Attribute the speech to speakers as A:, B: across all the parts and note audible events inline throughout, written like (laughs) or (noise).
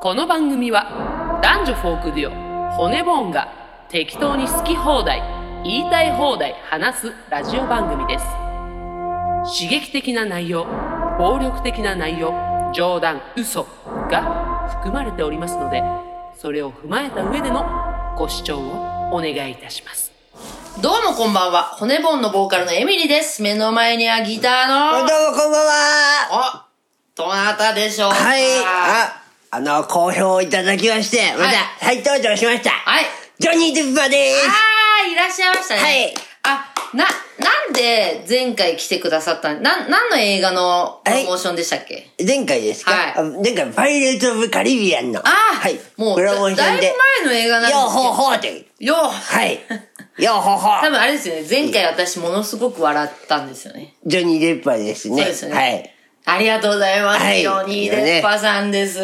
A: この番組は男女フォークデュオ骨ボーンが適当に好き放題言いたい放題話すラジオ番組です刺激的な内容暴力的な内容冗談嘘が含まれておりますのでそれを踏まえた上でのご視聴をお願いいたします
B: どうもこんばんは。骨盆のボーカルのエミリです。目の前にはギタ
C: どう
B: ー
C: も
B: の、
C: こんばんは
B: お、どなたでしょうか
C: はいあ、あの、好評をいただきまして、また再登場しました、
B: はい。
C: ジョニー・デッパーで
B: あ
C: す
B: ー、いらっしゃいましたね。
C: はい。
B: あ、な、なんで前回来てくださったん、なん、何の映画のプロモーションでしたっけ、
C: 前回ですか、
B: はい
C: あ前回、パイレーツ・オブ・カリビアンの、
B: あー、
C: はい、
B: もう
C: プロモーシ
B: だ、
C: ョン
B: だい
C: で
B: ぶ、前の映画なんです
C: よ
B: け
C: ー
B: ど。
C: ほーほーという。
B: よう
C: はい。よーほーほ
B: 多分
C: ー。
B: あれですよね。前回私ものすごく笑ったんですよね。
C: ジョニー・デッパーですね。
B: そうですね
C: はい。
B: ありがとうございます。
C: はい
B: ヨニーデッパさんです。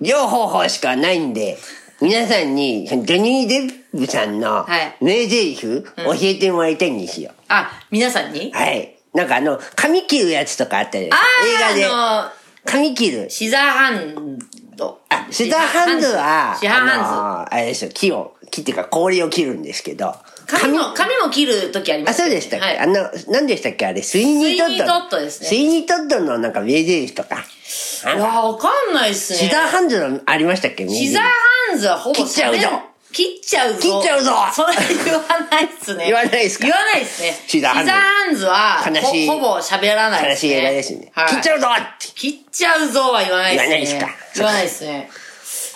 C: 両方法しかないんで、皆さんに、ジョニー・デップさんの
B: はい
C: 名台詞、教えてもらいたいんですよ。
B: あ、皆さんに
C: はい。なんかあの、髪切るやつとかあったじゃないですか。
B: あ
C: 映
B: ー、
C: 画で。
B: あの、
C: 髪切る。
B: シザーハンド。
C: あ、シザーハンズは、
B: シザーハン
C: あのーあれですよ、木を、木っていうか氷を切るんですけど。
B: ズ。髪も、髪も切るときありま
C: あ、
B: すよ
C: そう
B: ね
C: でしたっけ、
B: はい
C: あ。の、何でしたっけあれ、スイニートッ
B: スイニ
C: ト。
B: ートットですね
C: スイニートットのなんか名台詞とか。あ
B: う
C: の
B: わ、わかんないっすね。
C: シザーハンズのありましたっけ名台詞
B: シザーハンズはほぼ
C: 切っちゃうぞ
B: 切っちゃうぞ。
C: 切っちゃうぞ
B: それ言わないっすね。
C: 言わないっすか
B: 言わないっすね。
C: シザーハンズ
B: ズは、
C: 悲しい
B: ほほぼ喋らない
C: 悲
B: っす
C: し
B: ね。
C: い映画ですね。
B: はい。
C: 切っちゃうぞって。
B: 切っちゃうぞは言わないっすね。
C: 言わないっすか
B: 言わないっすね。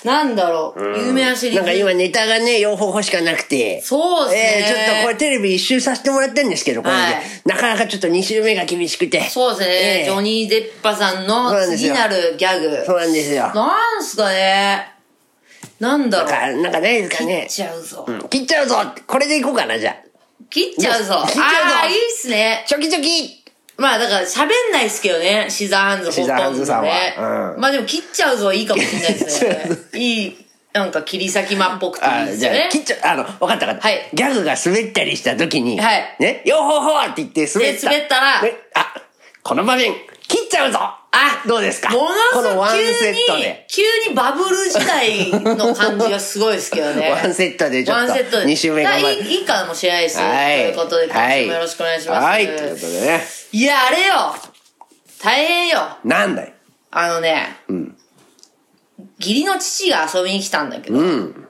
B: なんだろう。有名なシリーズ。
C: なんか今ネタがね、4方法しかなくて。
B: そうっすね
C: えーちょっとこれテレビ一周させてもらったんですけど、これで、
B: はい
C: なかなかちょっと2周目が厳しくて。
B: そうですね、
C: ええ
B: ジョニー・デッパさんの
C: そうなんです
B: 次
C: よ
B: なるギャグ。
C: そうなんですよ。
B: なんすかねなんだろ
C: な
B: う。
C: んか、なんかないですか
B: 切
C: ね
B: っ。ちゃうぞ。
C: うん切っちゃうぞってこれでいこうかな、じゃあ。
B: 切っちゃうぞ。
C: 切っちゃうぞ
B: ああ、いいっすね。
C: チョキチョキ
B: まあだから喋んないっすけどね、シザーハンズほとんど、ね。
C: シザーハンズさんはうん
B: まあでも切っちゃうぞはいいかもしれないですね。
C: (laughs)
B: いい、なんか切り裂き間っぽくていい
C: あ
B: で
C: じ
B: すよ
C: ゃあ、
B: ね。
C: 切っちゃう、あの、わかったわかった。
B: はい
C: ギャグが滑ったりした時に、
B: はい
C: ね、よほほって言って滑った。
B: で滑ったら
C: ね、あ、この場面、切っちゃうぞ
B: あ
C: どうですか
B: もの
C: こ
B: す
C: の
B: ご
C: ワン
B: く急
C: セッ
B: に
C: トで。、
B: 急にバブル時代の感じがすごいですけどね。
C: (laughs) ワンセットでちょっ
B: ワ
C: と
B: ンセットで。
C: 二周目
B: だから
C: 頑張る
B: いいいいかもしれないです。ということで、今週もよろしくお願いします。
C: はい、ということでね。
B: いや、あれよ大変よ
C: なんだよ。
B: あのね、義理の父が遊びに来たんだけど、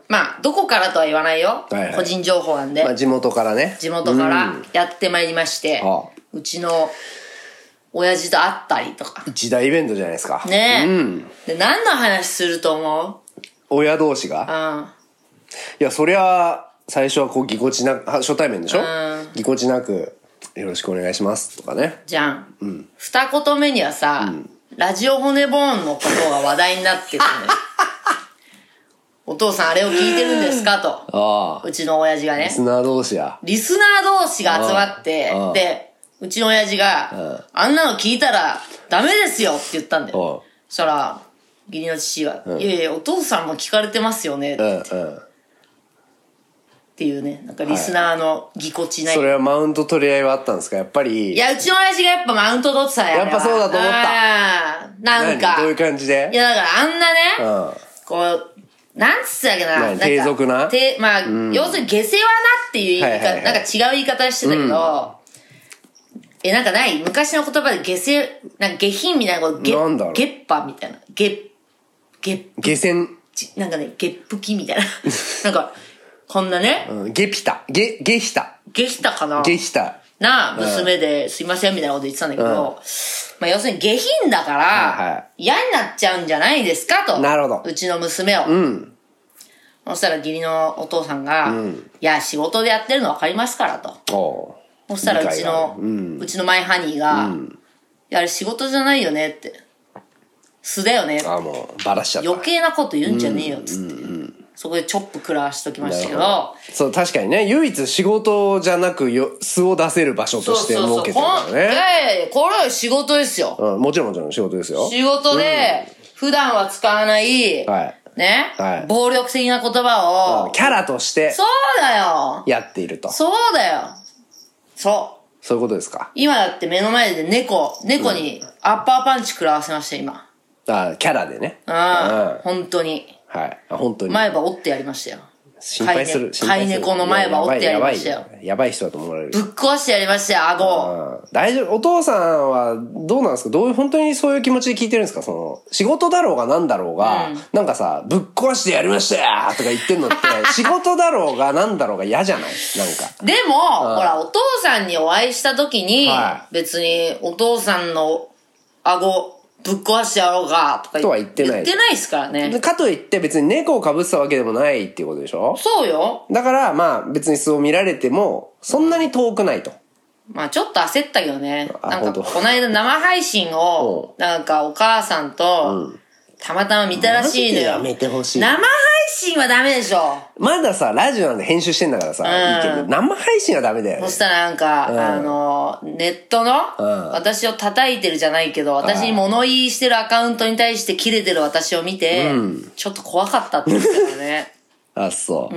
B: まあ、どこからとは言わないよ。
C: いはい
B: 個人情報なんで、
C: まあ、地元からね。
B: 地元からやってまいりまして、
C: ああ
B: うちの親父と会ったりとか。
C: 一大イベントじゃないですか。
B: ねえ、
C: うん。
B: で、何の話すると思
C: 親同士が
B: うう。ん。
C: いや、そりゃ、最初はこう、ぎこちなく、は初対面でしょ
B: ん
C: ぎこちなく、よろしくお願いします、とかね。
B: じゃん。二言目にはさ、ラジオ骨ボーンのことが話題になっててね。
C: (laughs)
B: お父さんあれを聞いてるんですかと。
C: ああ。
B: うちの親父がね
C: リ。スナー同士や。
B: リスナー同士が集まって
C: うんう、ん
B: で、うちの親父が、あんなの聞いたらダメですよって言ったんだよ。
C: う
B: そしたら、義理の父は、いやいや、お父さんも聞かれてますよねっ
C: ん。うん、う
B: て
C: ん。
B: っていうね、なんかリスナーのぎこちない
C: そ。れはマウント取り合いはあったんですかやっぱり。
B: いや、うちの親父がやっぱマウント取ってたね。
C: やっぱそうだと思
B: った。なんか。
C: 何どういう感じで
B: いや、だからあんなね、
C: うん。
B: こう、なんつったっけな。
C: 何
B: んか
C: 低俗な
B: てまあ、要するに下世話なっていう言い方、
C: はいはいはい
B: なんか違う言い方してたけど、え、なんかない昔の言葉で下世、なんか下品みたいなこと、ゲ
C: なんだろう
B: ゲッパみたいな。ゲッ、ゲッ
C: 下船、
B: チ、なんかね、ゲップキみたい
C: (laughs)
B: な。なんか、こんなね、
C: うん、下ピタ。下、下ひた。
B: 下したかな
C: 下ひた。
B: な娘で、すいませんみたいなこと言ってたんだけど、まあ要するに下品だから、
C: はいは
B: 嫌になっちゃうんじゃないですかと。
C: なるほど
B: うちの娘を。
C: うん。
B: そしたら義理のお父さんが、いや、仕事でやってるの分かりますからと。
C: おう
B: そしたらうちの、う
C: 理解があるうん
B: ちのマイハニーが、いや、あれ仕事じゃないよねって。素だよね。
C: あ、もう、ばらしちゃった。
B: 余計なこと言うんじゃねえよっつって。そこでチョップ食らわしときましたけど、
C: そう、確かにね、唯一仕事じゃなくよ、素を出せる場所
B: そ
C: と
B: う
C: して
B: そう
C: 設
B: そう。
C: けてる
B: こ
C: か
B: んい
C: らね。
B: やいやいやこれは仕事ですよ。
C: うん、もちろんもちろん仕事ですよ。
B: 仕事で、普段は使わない、
C: はい
B: ね、
C: はい
B: 暴力的な言葉を、
C: キャラとして
B: そうだよ
C: やっていると。
B: そうだよそう。
C: そういうことですか。
B: 今だって目の前で猫、猫にアッパーパンチ食らわせました、今。
C: あキャラでね。
B: ああ、
C: うん
B: 本当に。
C: はい。あ本当に。
B: 前歯折ってやりましたよ。
C: 心配する。
B: 飼
C: 心配
B: い
C: す
B: ね飼
C: る
B: い猫の前歯折ってやりま
C: ばい
B: したよ
C: やばいやばい人だと思われる
B: ぶ。っ壊してやりましたよ、顎を。
C: うん大丈夫。お父さんはどうなんですかどういう、本当にそういう気持ちで聞いてるんですかその、仕事だろうがなんだろうが、なんかさ、ぶっ壊してやりましたよとか言っ
B: (laughs)
C: てんのって、仕事だろうがなんだろうが嫌じゃないなんか。
B: でも、ほら、お父さんにお会いした時に、
C: は
B: 別にお父さんの顎ぶっ壊してやろうかとか
C: とは言ってない
B: 言ってないですからね。
C: かといって別に猫をかぶってたわけでもないっていうことでしょ
B: そうよ。
C: だからまあ別にそう見られてもそんなに遠くないと。
B: まあちょっと焦ったけどね。
C: あ
B: なんか、
C: 本当
B: この間生配信を、なんかお母さんと、たまたま見たらしいのよ。
D: マジでやめてほしい
B: 生配信はダメでしょ。
C: まださ、ラジオなんで編集してんだからさ、いいけど、生配信はダメだよね
B: (laughs) そ。したらなんか、あの、ネットの、
C: ん
B: 私を叩いてるじゃないけど、私に物言いしてるアカウントに対して切れてる私を見て、ちょっと怖かったって言ってたよ
C: (laughs)
B: ね。
C: あ、そう、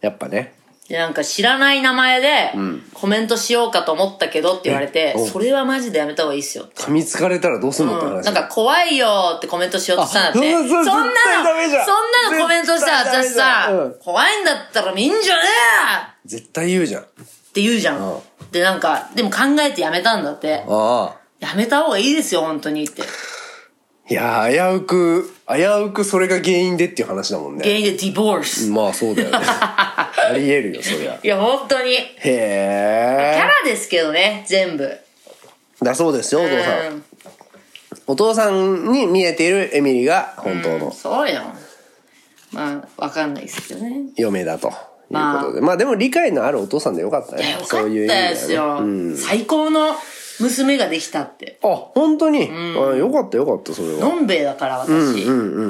C: やっぱね。
B: で、なんか知らない名前で、コメントしようかと思ったけどって言われて、
C: えお
B: それはマジでやめた方がいいっすよ。
C: 噛みつかれたらどうすんのって話。
B: なんか怖いよってコメントしようとしたんだって。
C: あそう
B: そ
C: そうん
B: なの、そん
C: 絶対ダメじゃん
B: なのコメントしたら私
C: 絶対ダメ
B: さ
C: じゃんうん、
B: 怖いんだったら見んじゃねえ
C: 絶対言うじゃん。あ
B: って言うじゃ
C: うん
B: ん。で、なんか、でも考えてやめたんだって。
C: あ。
B: やめた方がいいですよ、本当にって。
C: いやー、危うく、危うくそれが原因でっていう話だもん
B: 原
C: ね。
B: 因でディボース。
C: まあそうだよね。 (laughs) あり得るよ、そりゃ。
B: いや、本当に。
C: へ
B: キャ
C: え。
B: ラですけどね、全部。
C: だそうですよ、お父さん。
B: うん。
C: お父さんに見えているエミリが本当の
B: そうよ。まあ、わかんないですけどね。
C: 嫁だということで。まあでも理解のあるお父さんでよかった
B: いやよ
C: ね。
B: か
C: そう
B: った
C: いう意味では
B: で
C: ね
B: すよ。最高の娘ができたって。
C: あ、本当に、あよかったよかった、それは。
B: のんべえだから、私。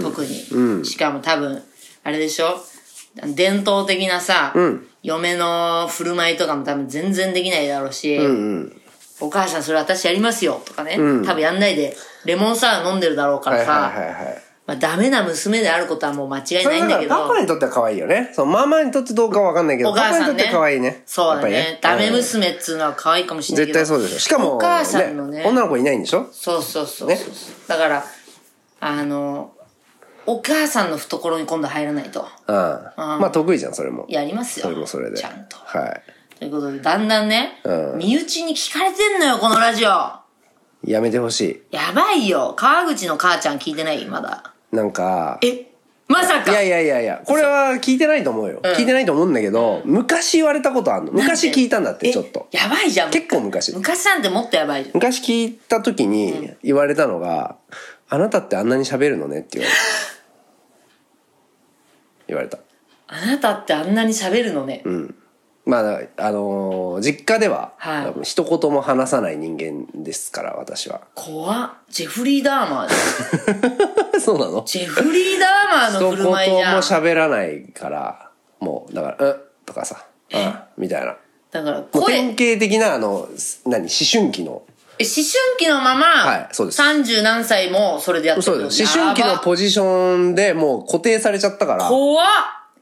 B: 特に、しかも多分、あれでしょ伝統的なさ、嫁の振る舞いとかも多分全然できないだろうし、お母さんそれ私やりますよとかね、多分やんないで、レモンサワー飲んでるだろうか
C: は
B: ら
C: い
B: さ、
C: はいはいはい。
B: まあ、ダメな娘であることはもう間違い
C: そ
B: な
C: れ
B: いん
C: だ
B: だ
C: か
B: け
C: ら
B: ど
C: パ、パにとっては可愛いよね。そう、ママにとってどうかわかんないけど、
B: お母
C: パパ
B: さん
C: にとっ
B: ね
C: て可愛いね。
B: そうだね
C: やっ
B: ダ
C: ぱり
B: メ娘っつうのは可愛いかもしれない
C: 絶
B: けど。
C: 対そうですよ。しかも、
B: お母さんのね、
C: 女の子いないんでしょ
B: そうそうそうそう、
C: ね
B: だから、あの、お母さんの懐に今度入らないと。
C: うん。まあ得意じゃん、それも。
B: やりますよ。
C: それもそれで。
B: ちゃんと。
C: は
B: ということで、だんだんね、
C: うん
B: 身内に聞かれてんのよ、このラジオ。
C: い。やめてほし
B: やばいよ。川口の母ちゃん聞いてないまだ。
C: い。なんか、
B: えまさ
C: い
B: か
C: やいやいやいや、これは聞いてないと思うよ。聞いてないと思うんだけど、昔言われたことあるの。昔聞いたんだって、
B: え
C: ちょっと。
B: やばいじゃん。
C: 結構昔
B: 昔なんてもっとやばいじゃん。
C: 昔聞いた時に言われたのが、あなたってあんなに喋るのねって言わ
B: (laughs)
C: れた。言われた。
B: あなたってあんなに喋るのね。
C: まあ、あのー実家では、
B: はい
C: 多分一言も話さない人間ですから、私
B: (laughs)
C: は。
B: 怖っ。ジェフリー・ダーマーだよ
C: そうなの
B: ジェフリー・ダーマー
C: 一
B: の
C: 言
B: 振
C: も
B: る舞いじゃん。
C: 喋らないから、もう、だから、うんとかさ、うんみたいな。
B: だから
C: もう
B: 声、え
C: 典
B: 思
C: 型的な、あの、す何、思春期の
B: 春期のまま、
C: はいそうです
B: 30何歳もそれでやって
C: そう
B: る
C: です。思春期のポジションでもう固定されちゃったから。
B: 怖っ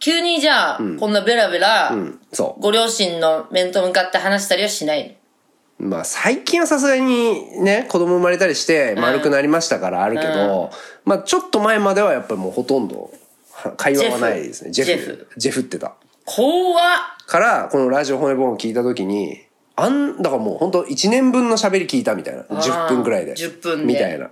B: 急にじゃあ、こんなベラベラ、
C: うんそ
B: ご両親の面と向かって話したりはしないの
C: う。まあ最近はさすがにね、子供生まれたりして丸くなりましたからあるけど、まあちょっと前まではやっぱりもうほとんどは会話はないですね。ジ
B: ジ
C: ェ
B: ェ
C: フ。
B: フ
C: ジェフってた。
B: 怖っ
C: から、このラジオ骨本を聞いた時に、あん、だからもう本当1年分の喋り聞いたみたいな。10分くらいで。
B: 10分で
C: みたいな。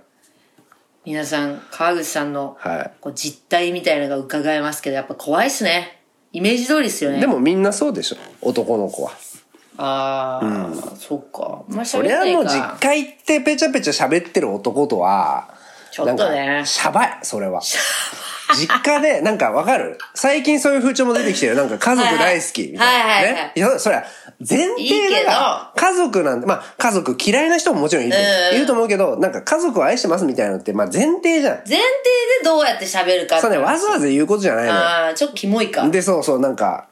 B: 皆さん、川口さんの、
C: はい
B: こう実態みたいなのが伺えますけど、やっぱ怖いっすね。イメージ通りですよね。
C: でもみんなそうでしょ。男の子は。
B: ああ、そっか。まあ、
C: そ
B: 喋
C: り
B: れ
C: ゃ
B: ない
C: もう
B: か。
C: 実家行ってペチャペチャ喋ってる男とは、
B: ちょっとね
C: なんかシャバい、それは。実家で、なんかわかる最近そういう風潮も出てきてる。なんか家族大好きみたいな。
B: はいはいはい
C: ね。いや、そりゃ、前提だから、家族なんて、まあ家族嫌いな人ももちろんいる,、
B: うん
C: いると思うけど、なんか家族を愛してますみたいなのって、まあ前提じゃん。
B: 前提でどうやって喋るかって
C: そうね、わざわざ言うことじゃないのよ。
B: ああ、ちょっとキモいか。
C: で、そうそう、なんか、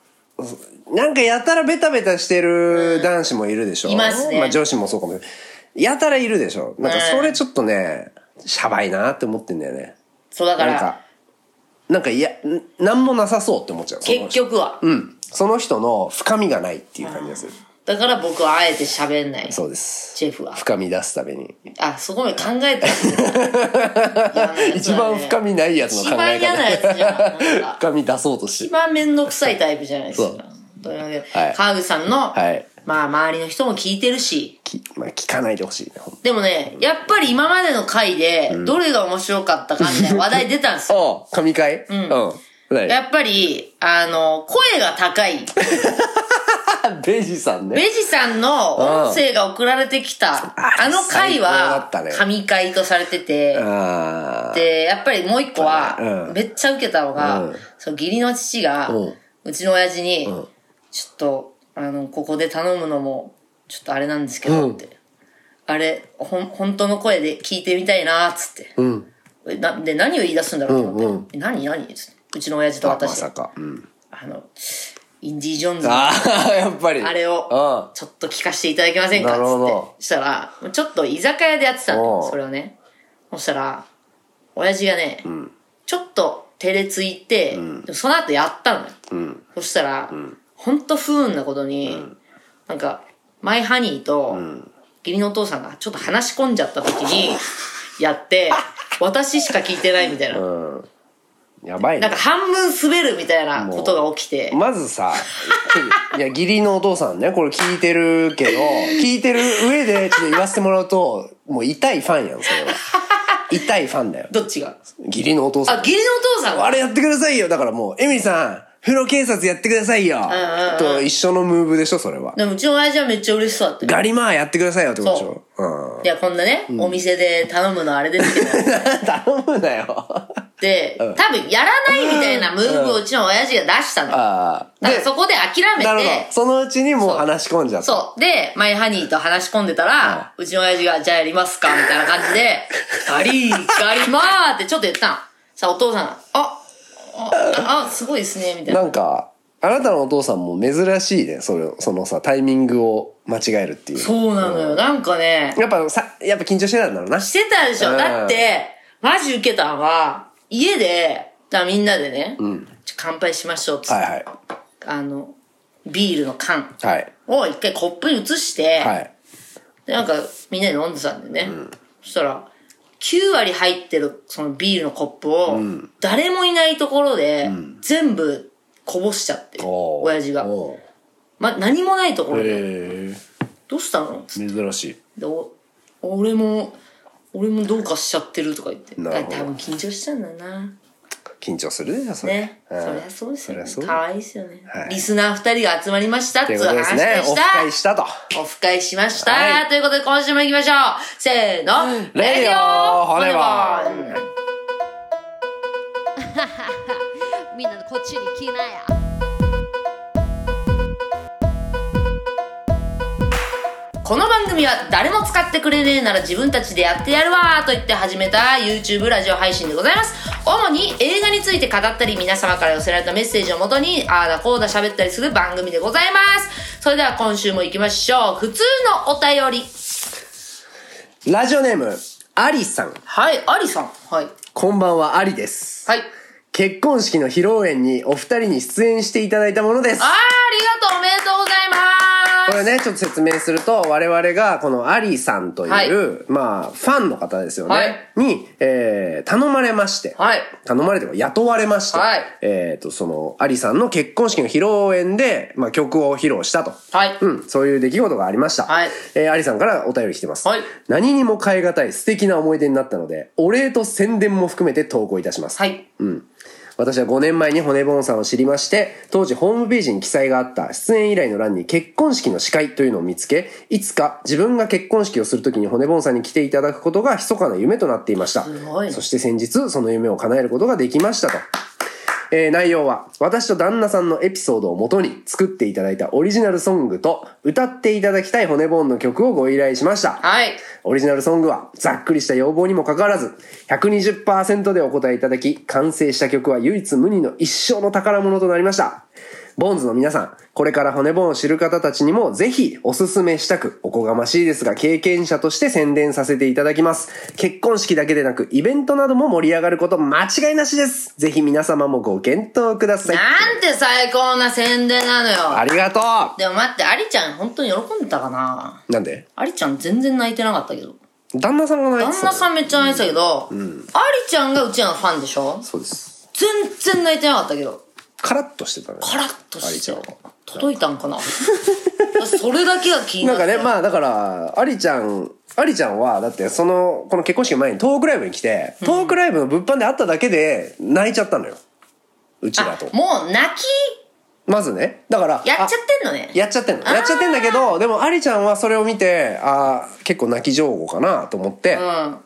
C: なんかやたらベタベタしてる男子もいるでしょ。
B: いますね
C: あ女子もそうかもしれない。やたらいるでしょ。なんか
B: うん
C: それちょっとね、シャバいなって思ってんだよね。
B: そうだか
C: なん
B: ら、
C: か、なんかいや、んなんもなさそうって思っちゃう。その人
B: 結。局は。
C: うん。その人の深みがないっていう感じがする。
B: だから僕はあえて喋んない。
C: そうです。
B: ジェフは。
C: 深み出すために。
B: あ、そこまで考えたんですよ。
C: (laughs) 一番深みないやつの考
B: 一番
C: え
B: 嫌な
C: 方。
B: やつじゃん。なんか
C: (laughs) 深み出そうと
B: 一
C: して。
B: 番めんどくさいタイプじゃないです
C: そう
B: か。というわけで、
C: はい
B: 川口さんの、
C: はい。
B: まあ周りの人も聞いてるし、
C: きまあ、聞かないでほしいね。ほんと
B: でもね、やっぱり今までの回で、どれが面白かったかみたいな話題出たん
C: (laughs)
B: ですよ。
C: おう神回うんうん。何
B: やっぱり、あの、声が高
C: (laughs)
B: い。
C: ベジさん
B: ベ
C: ね。
B: ジさんの音声が送られてきた、あの回は
C: 最高だったね、
B: 神回とされてて、
C: ああ。
B: で、やっぱりもう一個は
C: う、ん
B: めっちゃ受けたのが、
C: うん
B: その義理の父が、
C: うん
B: うちの親父に、
C: ん
B: ちょっと、あの、ここで頼むのも、ちょっとあれなんですけど、って。あれ、ほん、本当の声で聞いてみたいな、つって。
C: うん。
B: えなで、何を言い出すんだろうと思って。
C: うんう
B: え何何つってうちの親父と
C: あま
B: 私。
C: さか。うん。
B: あの、インディ・ジョーンズの
C: ああ、やっぱり。
B: あれ
C: うん
B: を、。ちょっと聞かせていただけませんか
C: なるほ
B: つ
C: ど
B: って。したら、ちょっと居酒屋でやってたの、
C: おう
B: それをね。そしたら、親父がね、ちょっと照れついて、でもその後やったのよ。そしたら、ほんと不運なことに、なんか、マイハニーと、義理のお父さんがちょっと話し込んじゃった時に、や
C: (laughs)
B: って、私しか聞いてないみたいな。
C: やばい
B: な
C: ね
B: んか。半分滑るみたいなことが起きて。
C: まずさ、 (laughs) いや、義理のお父さんね、これ聞いてるけ
B: (laughs)
C: ど、聞いてる上でちょっと言わせてもらうと、もう痛いファンやん、そ
B: (laughs)
C: れは。痛いファンだよ。
B: どっちが
C: 義理のお父さ
B: あ、
C: ん。
B: 義理のお父さんが
C: あれやってくださいよ。だからもう、エミさん、風呂警察やってくださいよ。と一緒のムーブでしょ、それは。
B: でもうちの親父はめっちゃ嬉しそうだったよ
C: ガリマーやってくださいよってことでしょ。うん。
B: いや、こんなね、お店で頼むのあれですけど、
C: (laughs) 頼むなよ。 (laughs)
B: で、多分やらないみたいなムーブをうちの親父が出したの。だか
C: ああ。
B: らそこで諦
C: なる
B: め
C: ほ
B: て
C: ど。、そのうちにもう話し込んじゃった。
B: そう。で、マイハニーと話し込んでたら、うちの親父が、じゃあやりますかみたいな感じで、ガリー、ガリマーってち (laughs) ょっと言ったの。さあ、お父さんが、あ、あ、あ、すごいですね、みたいな。
C: なんか、あなたのお父さんも珍しいね、それそのさ、タイミングを間違えるっていう。
B: そうなのよ。なんかね、
C: やっぱさ、やっぱ緊張してたんだろうな。
B: してたでしょ。
C: うん
B: だって、マジ受けたのは、家で、だからみんなでね、ちょ乾杯しましょうっつって、
C: はいはい。
B: あの、ビールの缶
C: はい。
B: を一回コップに移して、
C: はい。
B: で、なんかみんなで飲んでたんだよね。そしたら、9割入ってるそのビールのコップを、誰もいないところで、全部こぼしちゃって、
C: おー
B: 親父が。
C: お
B: ま、何もないところで、
C: ーへ
B: どうしたのつって
C: え、珍しい。
B: でお俺も、俺もどうかしちゃってるとか言って。
C: なるほど
B: 多分緊張したんだな。
C: 緊張するね、それ。
B: ね。そ
C: うん
B: りゃそうですよ
C: そ
B: ね。
C: りゃそう
B: かわいいですよね。
C: はい
B: リスナー二人が集まりましたっ
C: と
B: て
C: い
B: いう
C: うこと
B: 話で
C: で
B: し
C: すね。
B: た。
C: オフ会したと。
B: オフ会しました、
C: はい
B: ということで今週も行きましょうせーの
C: レディオ骨盤
E: みんなこっちに来なや。
B: この番組は誰も使ってくれねえなら自分たちでやってやるわと言って始めた YouTube ラジオ配信でございます主に映画について語ったり皆様から寄せられたメッセージをもとにああだこうだ喋ったりする番組でございますそれでは今週も行きましょう普通のお便り
C: ラジオネーム、アリさん。
B: はいありさんはい
C: こんばんは、アリです。
B: はい
C: 結婚式の披露宴にお二人に出演していただいたものです
B: あー。ありがとうおめでとうございます
C: これね、ちょっと説明すると、我々が、このアリーさんという、
B: はい
C: まあ、ファンの方ですよね。
B: はい
C: に、えー、頼まれまして。
B: はい
C: 頼まれて、雇われまして。
B: はい
C: えっ、と、その、アリーさんの結婚式の披露宴で、まあ、曲を披露したと。
B: はい、
C: うん、そういう出来事がありました。
B: はい
C: えー、アリさんからお便り来てます。
B: はい
C: 何にも変え難い素敵な思い出になったので、お礼と宣伝も含めて投稿いたします。
B: はい
C: 私は5年前に骨ボンさんを知りまして、当時ホームページに記載があった出演依頼の欄に結婚式の司会というのを見つけ、いつか自分が結婚式をするときに骨ボンさんに来ていただくことが密かな夢となっていました。
B: すごいね
C: そして先日、その夢を叶えることができましたと。えー内容は、私と旦那さんのエピソードをもとに作っていただいたオリジナルソングと、歌っていただきたい骨ボンの曲をご依頼しました。
B: はい
C: オリジナルソングはざっくりした要望にもかかわらず120%でお答えいただき完成した曲は唯一無二の一生の宝物となりましたボンズの皆さんこれから骨ボンを知る方たちにもぜひおすすめしたくおこがましいですが経験者として宣伝させていただきます結婚式だけでなくイベントなども盛り上がること間違いなしですぜひ皆様もご検討ください
B: なんて最高な宣伝なのよ。
C: ありがと
B: でも待って、アリちゃん本当に喜んでたかな
C: うなんで
B: アリちゃん全然泣いてなかったけど。
C: 旦那さんが泣い
B: 旦
C: てた
B: 那さんめっちゃ泣いてたけど、ありちゃんがうちらのファンでしょ
C: そうです
B: 全然泣いてなかったけど、
C: カラッとしてたね
B: カラッと
C: アリ
B: し
C: ち
B: て
C: ゃんは
B: 届いたんかなそれだけが気にな
C: なん
B: って
C: かねまあだからアリちゃんアリちゃんはだってそのこの結婚式の前にトークライブに来てトークライブの物販で会っただけで泣いちゃったのようちらと
B: もう泣
C: まずねだから
B: きやっちゃっ
C: あ
B: てんのね
C: やっちゃってんのやっちゃってんだけどでもアリちゃんはそれを見てあー結構泣き上戸かなと思って、
B: うん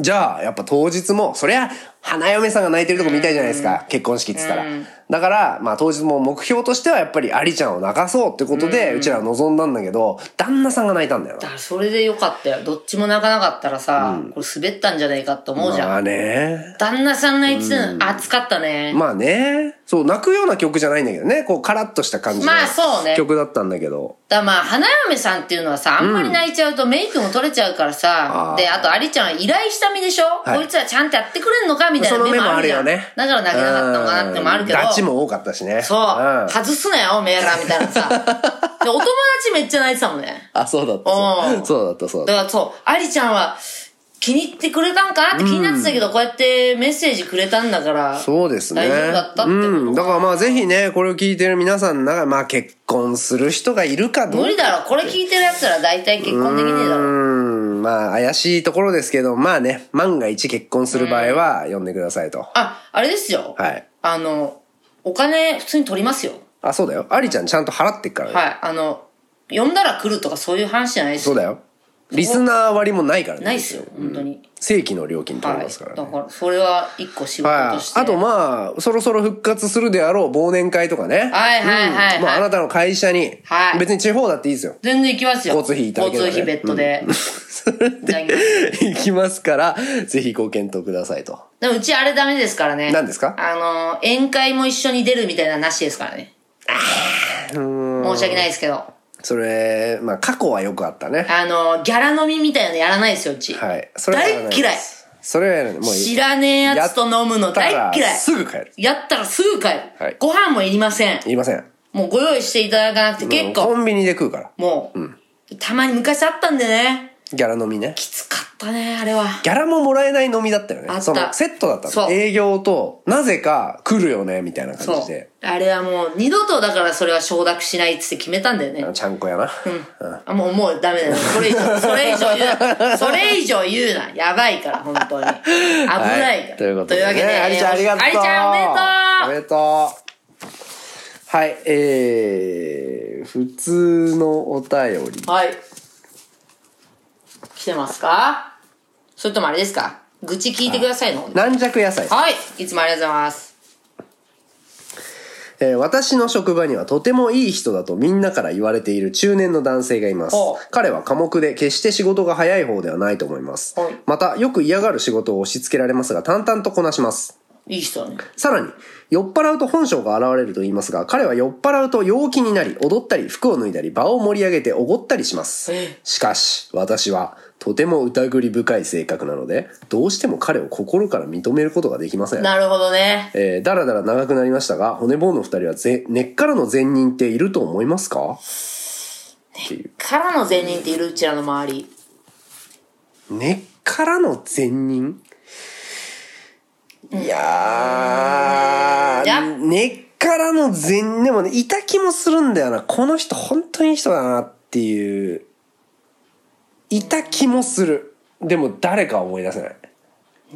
C: じゃあやっぱ当日もそりゃ花嫁さんが泣いてるとこ見たいじゃないですか、結婚式っつったら、だからまあ当日も目標としてはやっぱりアリちゃんを泣かそうってことで、うちらは望んだんだけど旦那さんが泣いたんだよ
B: だ
C: な
B: からそれでよかったよどっちも泣かなかったらさ、これ滑ったんじゃないかって思うじゃん、
C: まあね
B: 旦那さん泣いてたの熱かったね、
C: まあねそう泣くような曲じゃないんだけどねこうカラッとした感じの
B: まあそうね
C: 曲だったんだけど、
B: だからまあ花嫁さんっていうのはさあんまり泣いちゃうとメイクも取れちゃうからさ、
C: あー
B: であとアリちゃんは依頼した身でしょ、
C: はい
B: こいつらちゃんとやってくれんのかみたい
C: そ
B: な
C: の目もある
B: じゃ
C: よ
B: ん
C: ね
B: だから泣けなかったのかなってもあるけど
C: うんダチも多かったしね
B: そう、
C: ん
B: 外すなよおめえらみたいな
C: (laughs)
B: さでお友達めっちゃ泣いてたもんね
C: あそうだったそう
B: うん
C: そうだったそう
B: だ
C: だっ
B: からそうアリちゃんは気に入ってくれたんかなって気になってたけど、こうやってメッセージくれたんだから
C: たそうです
B: 大
C: ね
B: 丈夫だったってこと
C: うんだからまあぜひねこれを聞いてる皆さんの中でまあ結婚する人がいるかどう
B: 無理だろこれ聞いてるやつら大体結婚できねえだ
C: う
B: ろ
C: んまあ怪しいところですけどまあね万が一結婚する場合は呼んでくださいと
B: ああれですよ、
C: はい
B: あのお金普通に取りますよ
C: あそうだよアリちゃんちゃんと払ってっからね、
B: はい、あの、呼んだら来るとかそういう話じゃないです
C: そうだよリスナー割もないからね
B: ないっすよ、本当に。
C: 正規の料金取
B: は
C: り
B: い。
C: ますからね
B: だから、それは一個仕事
C: は
B: と
C: い
B: して。
C: あとまあそろそろ復活するであろう忘年会とかね
B: はいはいはいはい
C: うんまああなたの会社に、
B: はい
C: 別に地方だっていいですよ (laughs)
B: 全然行きますよ。
C: 交通費いただければね
B: 交通費別途で。
C: それ
B: いただきます
C: で行きますからぜひご検討くださいと
B: でもうちあれダメですからね。
C: 何ですか
B: あの、宴会も一緒に出るみたいななしですからね。申し訳ないですけど。
C: それまあ過去はよくあったね
B: あの、ギャラ飲みみたいなのやらないですよ、うち。
C: はいそれはやらないで
B: 大
C: す
B: 嫌い
C: それはやらないもう
B: 知らねえやつと飲むの大
C: やった
B: 嫌
C: ら
B: い。
C: すぐ帰る
B: やったらすぐ帰る。
C: はい
B: ご飯もいりません。
C: 言いません
B: もうご用意していただかなくて結構。
C: コンビニで食うから
B: もう、たまに昔あったんでね。
C: ギャラ飲みね
B: きつかったね、あれは。
C: ギャラももらえない飲みだったよね
B: あった
C: そのセットだった
B: そ
C: の
B: う
C: 営業となぜか来るよねみたいな
B: そ
C: 感じ
B: う
C: で。
B: あれはもう、二度とだからそれは承諾しないっつって決めたんだよね
C: あの。ちゃんこやな、
B: あもう、もうダメだよ。それ以
C: (laughs)
B: 上、それ以上言うな。それ以上言うな。やばいから、本当に。危ないから。
C: はい、ということで、
B: わけで、
C: アリちゃんありがとう。
B: アリちゃんおめでとう
C: おめでとう。はい、えー、普通のお便り。
B: はい。来てますかそれともあれですか愚痴聞いてくださいの
C: 軟弱野菜。
B: はい。いつもありがとうございます。
C: えー私の職場にはとてもいい人だとみんなから言われている中年の男性がいます
B: ほう。
C: 彼は寡黙で決して仕事が早い方ではないと思います
B: はい。
C: また、よく嫌がる仕事を押し付けられますが、淡々とこなします。
B: いい人だね。
C: さらに、酔っ払うと本性が現れると言いますが、彼は酔っ払うと陽気になり、踊ったり、服を脱いだり、場を盛り上げておごったりします
B: え。
C: しかし、私は、とても疑り深い性格なので、どうしても彼を心から認めることができません。
B: なるほどね。
C: えー、だらだら長くなりましたが、骨棒の二人はぜ根っからの善人っていると思いますかっていう。
B: からの善人っているうちらの周り。
C: 根っからの善人いや
B: いや
C: ー、根っからの善、でもね、いた気もするんだよな。この人本当にいい人だなっていう。いた気もする。でも誰かは思い出せない。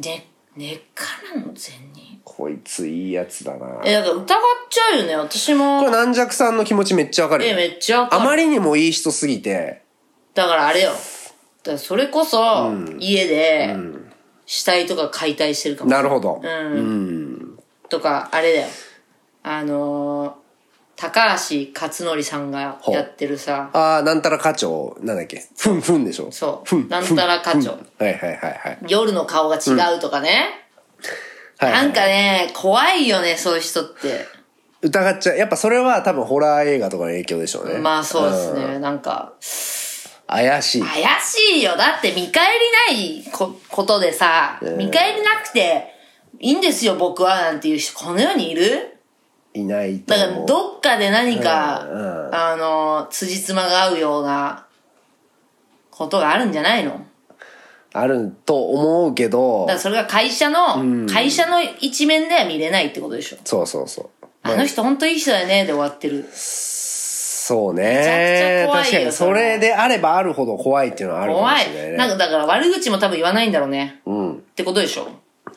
B: ね、根っからの善人
C: こいついいやつだな。
B: え、だから疑っちゃうよね、私
C: これ
B: も。
C: 軟弱さんの気持ちめっちゃわかる
B: え、
C: よ。
B: めっちゃわか
C: あ
B: る
C: まりにもいい人すぎて、
B: だからあれよ。だからそれこそ、家で、死体とか解体してるかも。
C: なるほど。
B: うん。とか、あれだよ。あのー、高橋克典さんがやってるさ、
C: ああ、なんたら課長、なんだっけ。ふんふんでしょ。
B: そう
C: ふん。
B: なんたら課長
C: ふんふんはいはいはいはい。
B: 夜の顔が違うとかね。
C: はいはい
B: なんかね、怖いよね、そういう人って。
C: 疑っちゃう。やっぱそれは多分ホラー映画とかの影響でしょうね。
B: まあそうです
C: ん。
B: ね、なんか。
C: 怪しい。
B: 怪しいよ。だって見返りないこことでさ、見返りなくていいんですよ、僕は、なんていう人、この世にいる
C: いないと
B: だか
C: 思う。
B: ら、どっかで何か、
C: うんうん
B: あの、辻褄が合うようなことがあるんじゃないの
C: あると思うけど
B: だからそれが会社の、会社の一面では見れないってことでしょ。
C: そうそうそう
B: あの人本当いい人だよね、で終わってる。
C: そう
B: めちゃくちゃ
C: ね
B: 怖いよ
C: 確かに
B: それ
C: そ
B: は
C: れであればあるほど怖いっていうのはあるかも
B: 怖
C: しれない
B: い。
C: ね
B: なんかだから悪口も多分言わないんだろうね。
C: うん
B: ってことでしょ。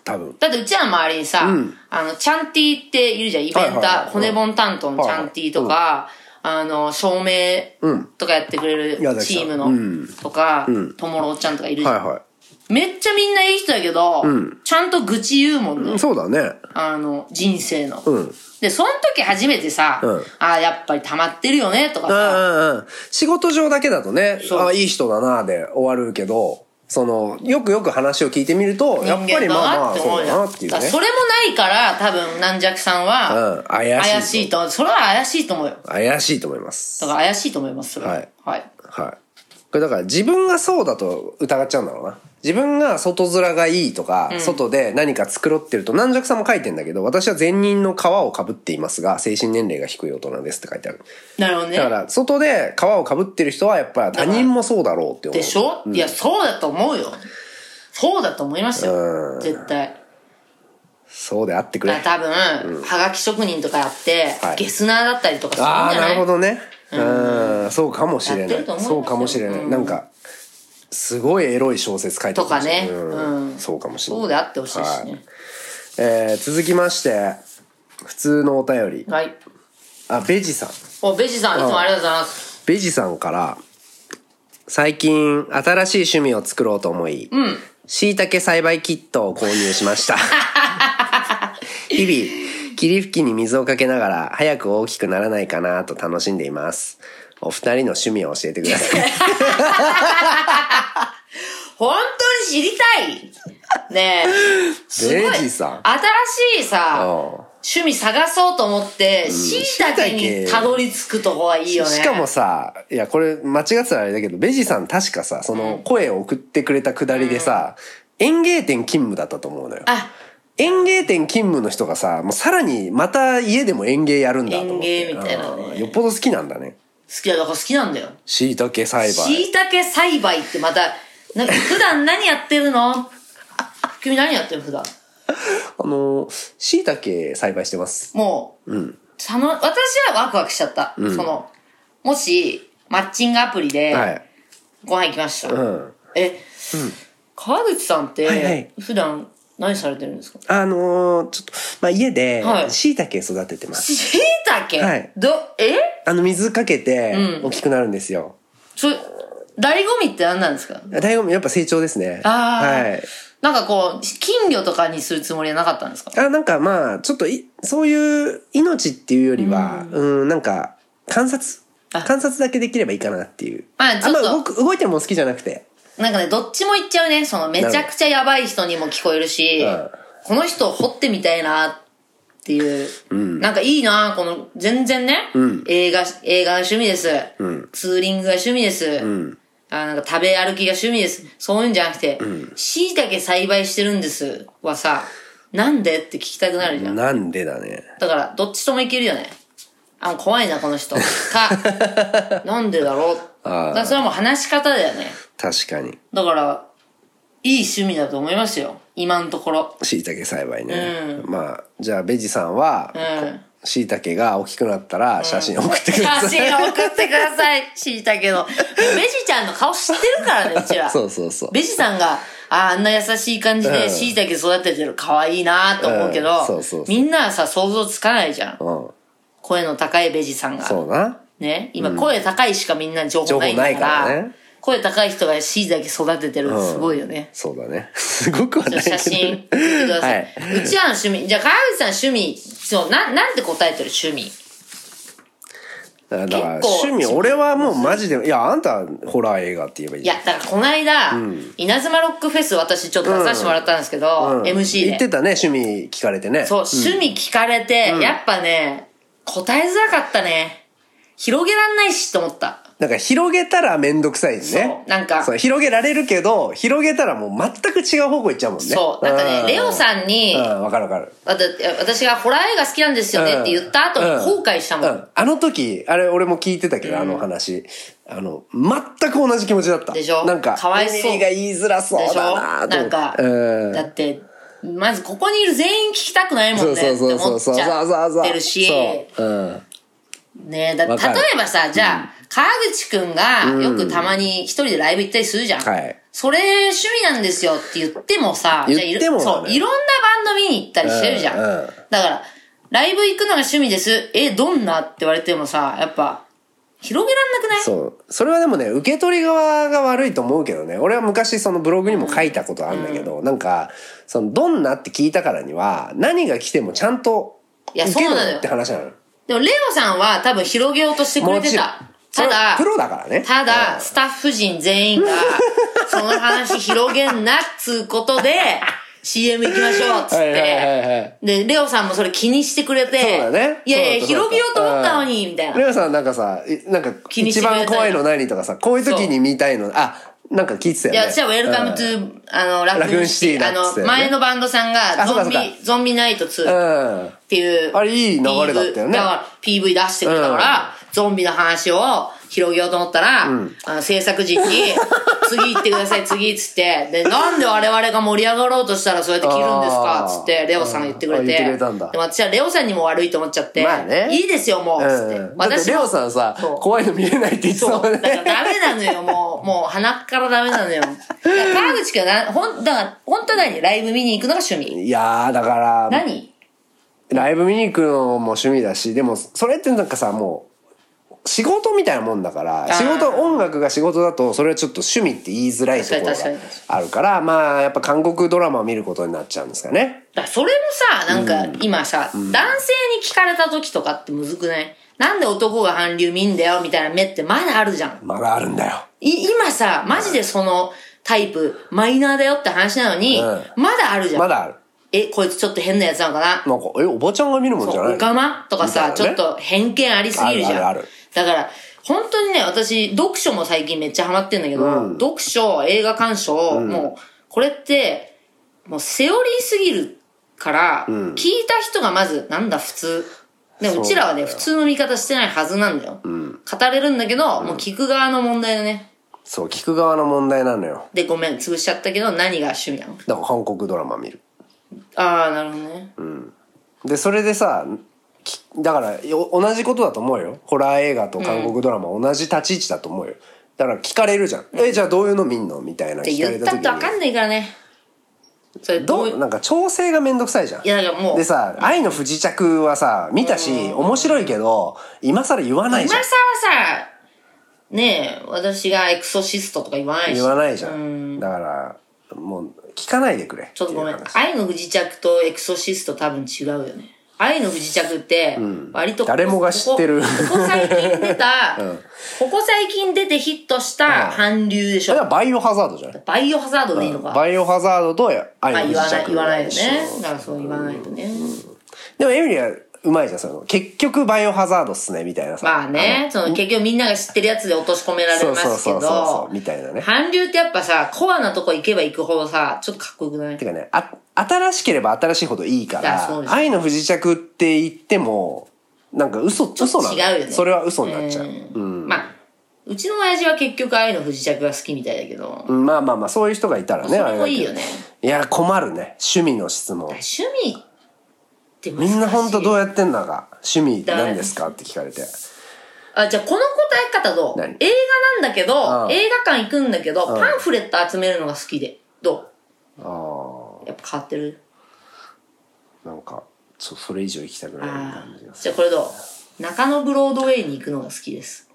C: 多分
B: だってうちらの周りにさ、あの、チャンティっているじゃん、イベンター、
C: はいはいはい
B: 骨盆担当のチャンティとか、あの、照明とかやってくれる
C: うん
B: チーム
C: う
B: の
C: ん
B: とか、ともろおっちゃんとかいるじゃん、
C: はいは
B: めっちゃみんないい人だけど、ちゃんと愚痴言うもんね。
C: いそうだね
B: あの、人生の。
C: うん
B: で、その時初めてさ、
C: うん
B: ああ、やっぱり溜まってるよね、とか
C: う
B: さ、
C: んうんうん仕事上だけだとね
B: そう
C: あいい人だなで終わるけどそのよくよく話を聞いてみるとやっぱりまあまあそうだなっていう
B: だ
C: ね
B: からそれもないから、多分、軟弱さんは、
C: うん怪しい
B: 怪しいと、それは怪しいと思うよ。
C: 怪しいと思います
B: だから怪しいと思います、それは。
C: はい
B: はい。
C: はい。これだから自分がそうだと疑っちゃうんだろうな。自分が外面がいいとか、外で何か繕ってると、軟弱さも書いてんだけど、私は善人の皮をかぶっていますが、精神年齢が低い大人ですって書いてある。
B: なるほどね。
C: だから、外で皮をかぶってる人は、やっぱ他人もそうだろうって思う。
B: でしょ、いや、そうだと思うよ。そうだと思います
C: う
B: よ。
C: ん
B: 絶対。
C: そうであってくれ
B: だ。から多分、はがき職人とかやって、
C: はい
B: ゲスナーだったりとかするんじ
C: ああ、
B: ゃな
C: ないるほどね。うん、そうかもしれ
B: やって
C: ない
B: ると思いますよ
C: そうかもしれない。
B: うん
C: なんか、すごいエロい小説書いてるかもしれない
B: とかね
C: うん
B: うん
C: そうかもしれない。
B: そうであってほしいしね。
C: えー続きまして、普通のお便り。
B: はい。
C: あ、ベジさん。
B: お、ベジさん、いつもありがとうございます。
C: ベジさんから、最近新しい趣味を作ろうと思い、椎茸栽培キットを購入しま (laughs) した。日々、霧吹きに水をかけながら早く大きくならないかなと楽しんでいます。お二人の趣味を教えてくだ (laughs) さい。
B: 本当に知りたいねえ。すごい。
C: (laughs) ベジさん
B: 新しいさ、趣味探そうと思って、椎茸にたどり着くとこはいいよね。
C: しかもさ、いや、これ間違ってたらあれだけど、ベジさん確かさ、その声を送ってくれたくだりでさ、園芸店勤務だったと思うのよ。
B: あ、
C: 園芸店勤務の人がさ、もうさらにまた家でも園芸やるんだと思って。
B: 園芸みたいなね
C: うんよっぽど好きなんだね。
B: 好きだ、だから好きなんだよ。
C: 椎茸栽培。
B: 椎茸栽培ってまた、なんか普段何やってる
C: (laughs)
B: の君何やってる普段。
C: あの、椎茸栽培してます。
B: もう、その、私はワクワクしちゃった。その、もし、マッチングアプリ
C: は
B: で
C: い。
B: ご飯行きました。
C: うん。
B: え、川口さんっ
C: はいは
B: て
C: い、
B: 普段何されてるんですか
C: あのーちょっと、まあ、家で
B: はい
C: 椎茸育ててます。
B: 椎茸
C: はい
B: ど、え
C: あの、水かけて
B: うん
C: 大きくなるんですよ。
B: それ、醍醐味って何なんですか
C: 醍醐味やっぱ成長ですね。
B: あー
C: はい。
B: なんかこう、金魚とかにするつもりはなかったんですか
C: あなんかまあちょっといそういう命っていうよりはうんなんか観察
B: あ
C: 観察だけできればいいかなっていう
B: まあちょっ
C: んま
B: と
C: 動く動いてるもの好きじゃなくて
B: なんかね、どっちも言っちゃうね。その、めちゃくちゃやばい人にも聞こえるし、
C: うん
B: この人を掘ってみたいなっていう。なんかいいなこの、全然ね、映画、映画が趣味です、ツーリングが趣味です。あなんか食べ歩きが趣味です。そういうんじゃなくて、椎茸栽培してるんですはさ、なんでって聞きたくなるじゃん。
C: なんでだね
B: だから、どっちともいけるよね。あ、もう怖いな、この (laughs) 人。か、なんでだろう。だ
C: あー
B: からそれはもう話し方だよね。
C: 確かに
B: だから、いい趣味だと思いますよ。今のとこ
C: (laughs)
B: ろ。
C: 椎茸栽培ね、まあじゃあベジさんは
B: うん。
C: 椎茸が大きくなったら写真送ってくだ
B: 写
C: さい、
B: 真を送ってください。しいたけど。ベジちゃんの顔知ってるからね、うちら。
C: (laughs) そうそうそう
B: ベジさんが、ああんな優しい感じ
C: う
B: で
C: ん
B: しいたけ育ててる、可愛いなと思うけど、
C: うんそうそうそう
B: みんなはさ、想像つかないじゃん。
C: うん、
B: 声の高いベジさんが。
C: そうな
B: ね。今、声高いしかみんな情報ないんだから。
C: 情報ないからね
B: 声高い人がしいたけ育ててる、すごいよね。
C: そうだねすごくは
B: じ
C: な
B: ゃ
C: い
B: あ写真送ってください。
C: は
B: うちらの趣味、じゃあ川口さん趣味、そう、な、なんて答えてる趣味。
C: だから
B: 結構
C: 趣味俺はもうマジでいやあんたホラー映画って言えばいい
B: いや、だからこの間、稲妻ロックフェス私ちょっと出させてもらったんですけど、
C: うん
B: MC
C: 言って
B: で。
C: たね趣味聞かれてね
B: そう、趣味聞かれて、やっぱね、答えづらかったね。広げらんないしと思った。
C: なんか広げたらめんどくさいよね。
B: なんか
C: そう広げられるけど、広げたらもう全く違う方向行っちゃうもんね。
B: そうなんかねレオさんに
C: うん、わかるわかる。
B: わた私がホラー映画好きなんですよねって言った後に後悔したも。
C: うんんあの時、あれ俺も聞いてたけど、あの話。あの、全く同じ気持ちだった。
B: でしょ
C: なんか、
B: かわいそう
C: 意味が言いづらそう
B: でしょ
C: だな
B: な
C: と思
B: ん
C: って
B: か、
C: うん
B: だって、まずここにいる全員聞きたくないも
C: そ
B: ん
C: う
B: ねって
C: そ
B: 思
C: うそうそ
B: っ
C: うそう
B: ちゃ
C: そう
B: ってるし、
C: そううん
B: ねだ例
C: わかる
B: えばさ、じゃあ、川口くんがよくたまに一人でライブ行ったりするじゃん。
C: はい
B: それ趣味なんですよって言ってもさ、じゃあいろ
C: 言っても
B: そう、いろんなバンド見に行ったりしてるじゃん。
C: うんうん
B: だから、ライブ行くのが趣味です。え、どんなって言われてもさ、やっぱ、広げらんなくない
C: そう。それはでもね、受け取り側が悪いと思うけどね。俺は昔そのブログにも書いたことあるんだけど、なんか、その、どんなって聞いたからには、何が来てもちゃんと、
B: いや
C: 受けろ
B: そうなのよ
C: って話なの。
B: でも、レオさんは多分広げようとしてくれてた。
C: それ
B: ただ、
C: プロだからね。
B: ただ、スタッフ陣全員
C: (laughs)
B: が、その話広げんなっつうことで、CM 行きましょうっつっ
C: はいはいはいはい
B: て、で、レオさんもそれ気にしてくれて、
C: そうだね。
B: いやいや、
C: そうだ
B: 広げようと思ったのに、
C: うん
B: みたい
C: レ
B: な。
C: オさんなんかさ、いなんか、
B: 気にして
C: 一
B: くれたよ
C: 番怖いの何とかさ、こういう時に見たいの、あ、なんか聞いてた
B: い
C: よ
B: や、
C: ね。
B: 私はウェルカムト
C: うん
B: ゥー、あの、ラクーンシティ、
C: ラ
B: あ
C: クーンシティだっつって
B: の、
C: ね
B: 前のバンドさんが、
C: あそ
B: ゾ
C: うか
B: ン
C: そう
B: ビ
C: か、
B: ゾンビナイト2っ
C: うん。
B: ていう、
C: あれいい流れだったよね
B: だから、PV 出してくれたから、ゾンビの話を広げようと思ったら、あの制作陣
C: (laughs)
B: に、次行ってください、次っつって、で、なんで我々が盛り上がろうとしたらそうやって切るんですか
C: あー
B: つって、レオさんが言ってくれて。
C: うんあ言ってくれたんだ
B: でも私はレオさんにも悪いと思っちゃって、
C: まあね
B: いいですよ、もう、つって。
C: うん、だってレオさんさ
B: そう
C: 怖いの見れないって言ってた
B: そう。
C: もん
B: だ
C: ね
B: からダメなのよ、もう。もう鼻からダメなのよ。だから川口くんはな、ほん、だから、本当は何ライブ見に行くのが趣味。
C: いやーだから
B: 何
C: ライブ見に行くのも趣味だしでもそれってなんかさもう仕事みたいなもんだから
B: ー
C: 仕事音楽が仕事だとそれはちょっと趣味って言いづらいところが
B: 確かに確かに
C: あるからまあやっぱ韓国ドラマを見ることになっちゃうんですかね
B: だからそれもさ、なんか今さ、男性に聞かれた時とかってむずくないなんで男が韓流見んだよみたいな目ってまだあるじゃん。
C: 間があるんだよ
B: い今さ、マジでそのタイプ、マイナーだよって話なのに、
C: う
B: まだあるじゃん。
C: まだある
B: え、こいつちょっと変なやつなのかな
C: なんかえおばちゃんが見るもんじゃない
B: そう、おかまとかさ、
C: み
B: ち
C: たい
B: ょ
C: な
B: っ
C: ね
B: と偏見ありすぎるじゃん。
C: あるあるある
B: だから、本当にね、私、読書も最近めっちゃハマってんだけど、読書、映画鑑賞、もう、これって、もうセオリーすぎるから、聞いた人がまず、なんだ普通。でもうちらはね、普通の見方してないはずなんだよ。語れるんだけど、もう聞く側の問題だね。
C: そう聞く側の問題なのよ
B: で、ごめん、潰しちゃったけど、何が趣味なの
C: だから韓国ドラマ見る
B: ああ、なるほどね。
C: でそれでさきだからよ同じことだと思うよホラー映画と韓国ドラマ同じ立ち位置だと思うよ、だから聞かれるじゃん「えじゃあどういうの見んの?」みたいな
B: って
C: 聞
B: 言
C: かれ
B: ったた
C: 時
B: ってわかん
C: に
B: ないからね。それど
C: ど
B: ういう
C: うなんか調整がめんどくさいじゃん
B: いやだからもう
C: でさ「愛の不時着」はさ見たし面白いけど今更言わない
B: 今
C: じゃ
B: さ
C: ん
B: らさ、ねえ、私がエクソシストとか言わないし。
C: 言わないじゃ
B: うん
C: だからもう聞かないでくれ
B: ちょっとごめん
C: ていう。話
B: 愛の不時着とエクソシスト多分違うよね。愛の不時着って、割とここ、
C: 誰もが知ってる
B: ここここ最近出
C: (laughs)
B: た、
C: ん
B: ここ最近出てヒットした韓流でし
C: それは
B: ょ。
C: バイオハザードじゃない
B: バイオハザードでいいのか。
C: バイオハザードと
B: まあ
C: 愛
B: 言
C: の不
B: わ
C: 時
B: ない、
C: 着
B: 言わないよね
C: でしょ。
B: だからそう言わないとね。
C: でもエミリはうまいじゃんその結局バイオハザードっすねみたいなさ
B: まあね、その結局みんなが知ってるやつで落とし込められま
C: そう
B: すけ
C: そうそうそうそ
B: ど
C: う、みたいなね
B: 韓流ってやっぱさ、コアなとこ行けば行くほどさ、ちょっとかっこよくない
C: てかねあ新しければ新しいほどいいか
B: いや
C: ら
B: そうです
C: 愛の不時着って言ってもなんか嘘
B: ちょっと
C: 嘘なんだ
B: 違うよね
C: それは嘘になっちゃう、
B: うんまあ、うちの親父は結局愛の不時着が好きみたいだけど、
C: うんまあまあまあそういう人がいたらね
B: そ
C: あ
B: れ
C: れ
B: も
C: だけど
B: いいよね。
C: いや困るね趣味の質問
B: 趣味って難し
C: み
B: い。
C: んなほんとどう
B: う
C: やってんだか趣味
B: だから
C: 何ですかって聞かれて
B: あ、じゃあこの答え方どう
C: 何
B: 映画なんだけど、
C: うん
B: 映画館行くんだけど、パンフレット集めるのが好きで。ど
C: あ
B: うやっぱ変わってる
C: あなんかちょそれ以上行きたくない
B: あ
C: 感じが
B: あ。
C: す
B: じゃあこれどう中野ブロードウェイに行くのが好きです。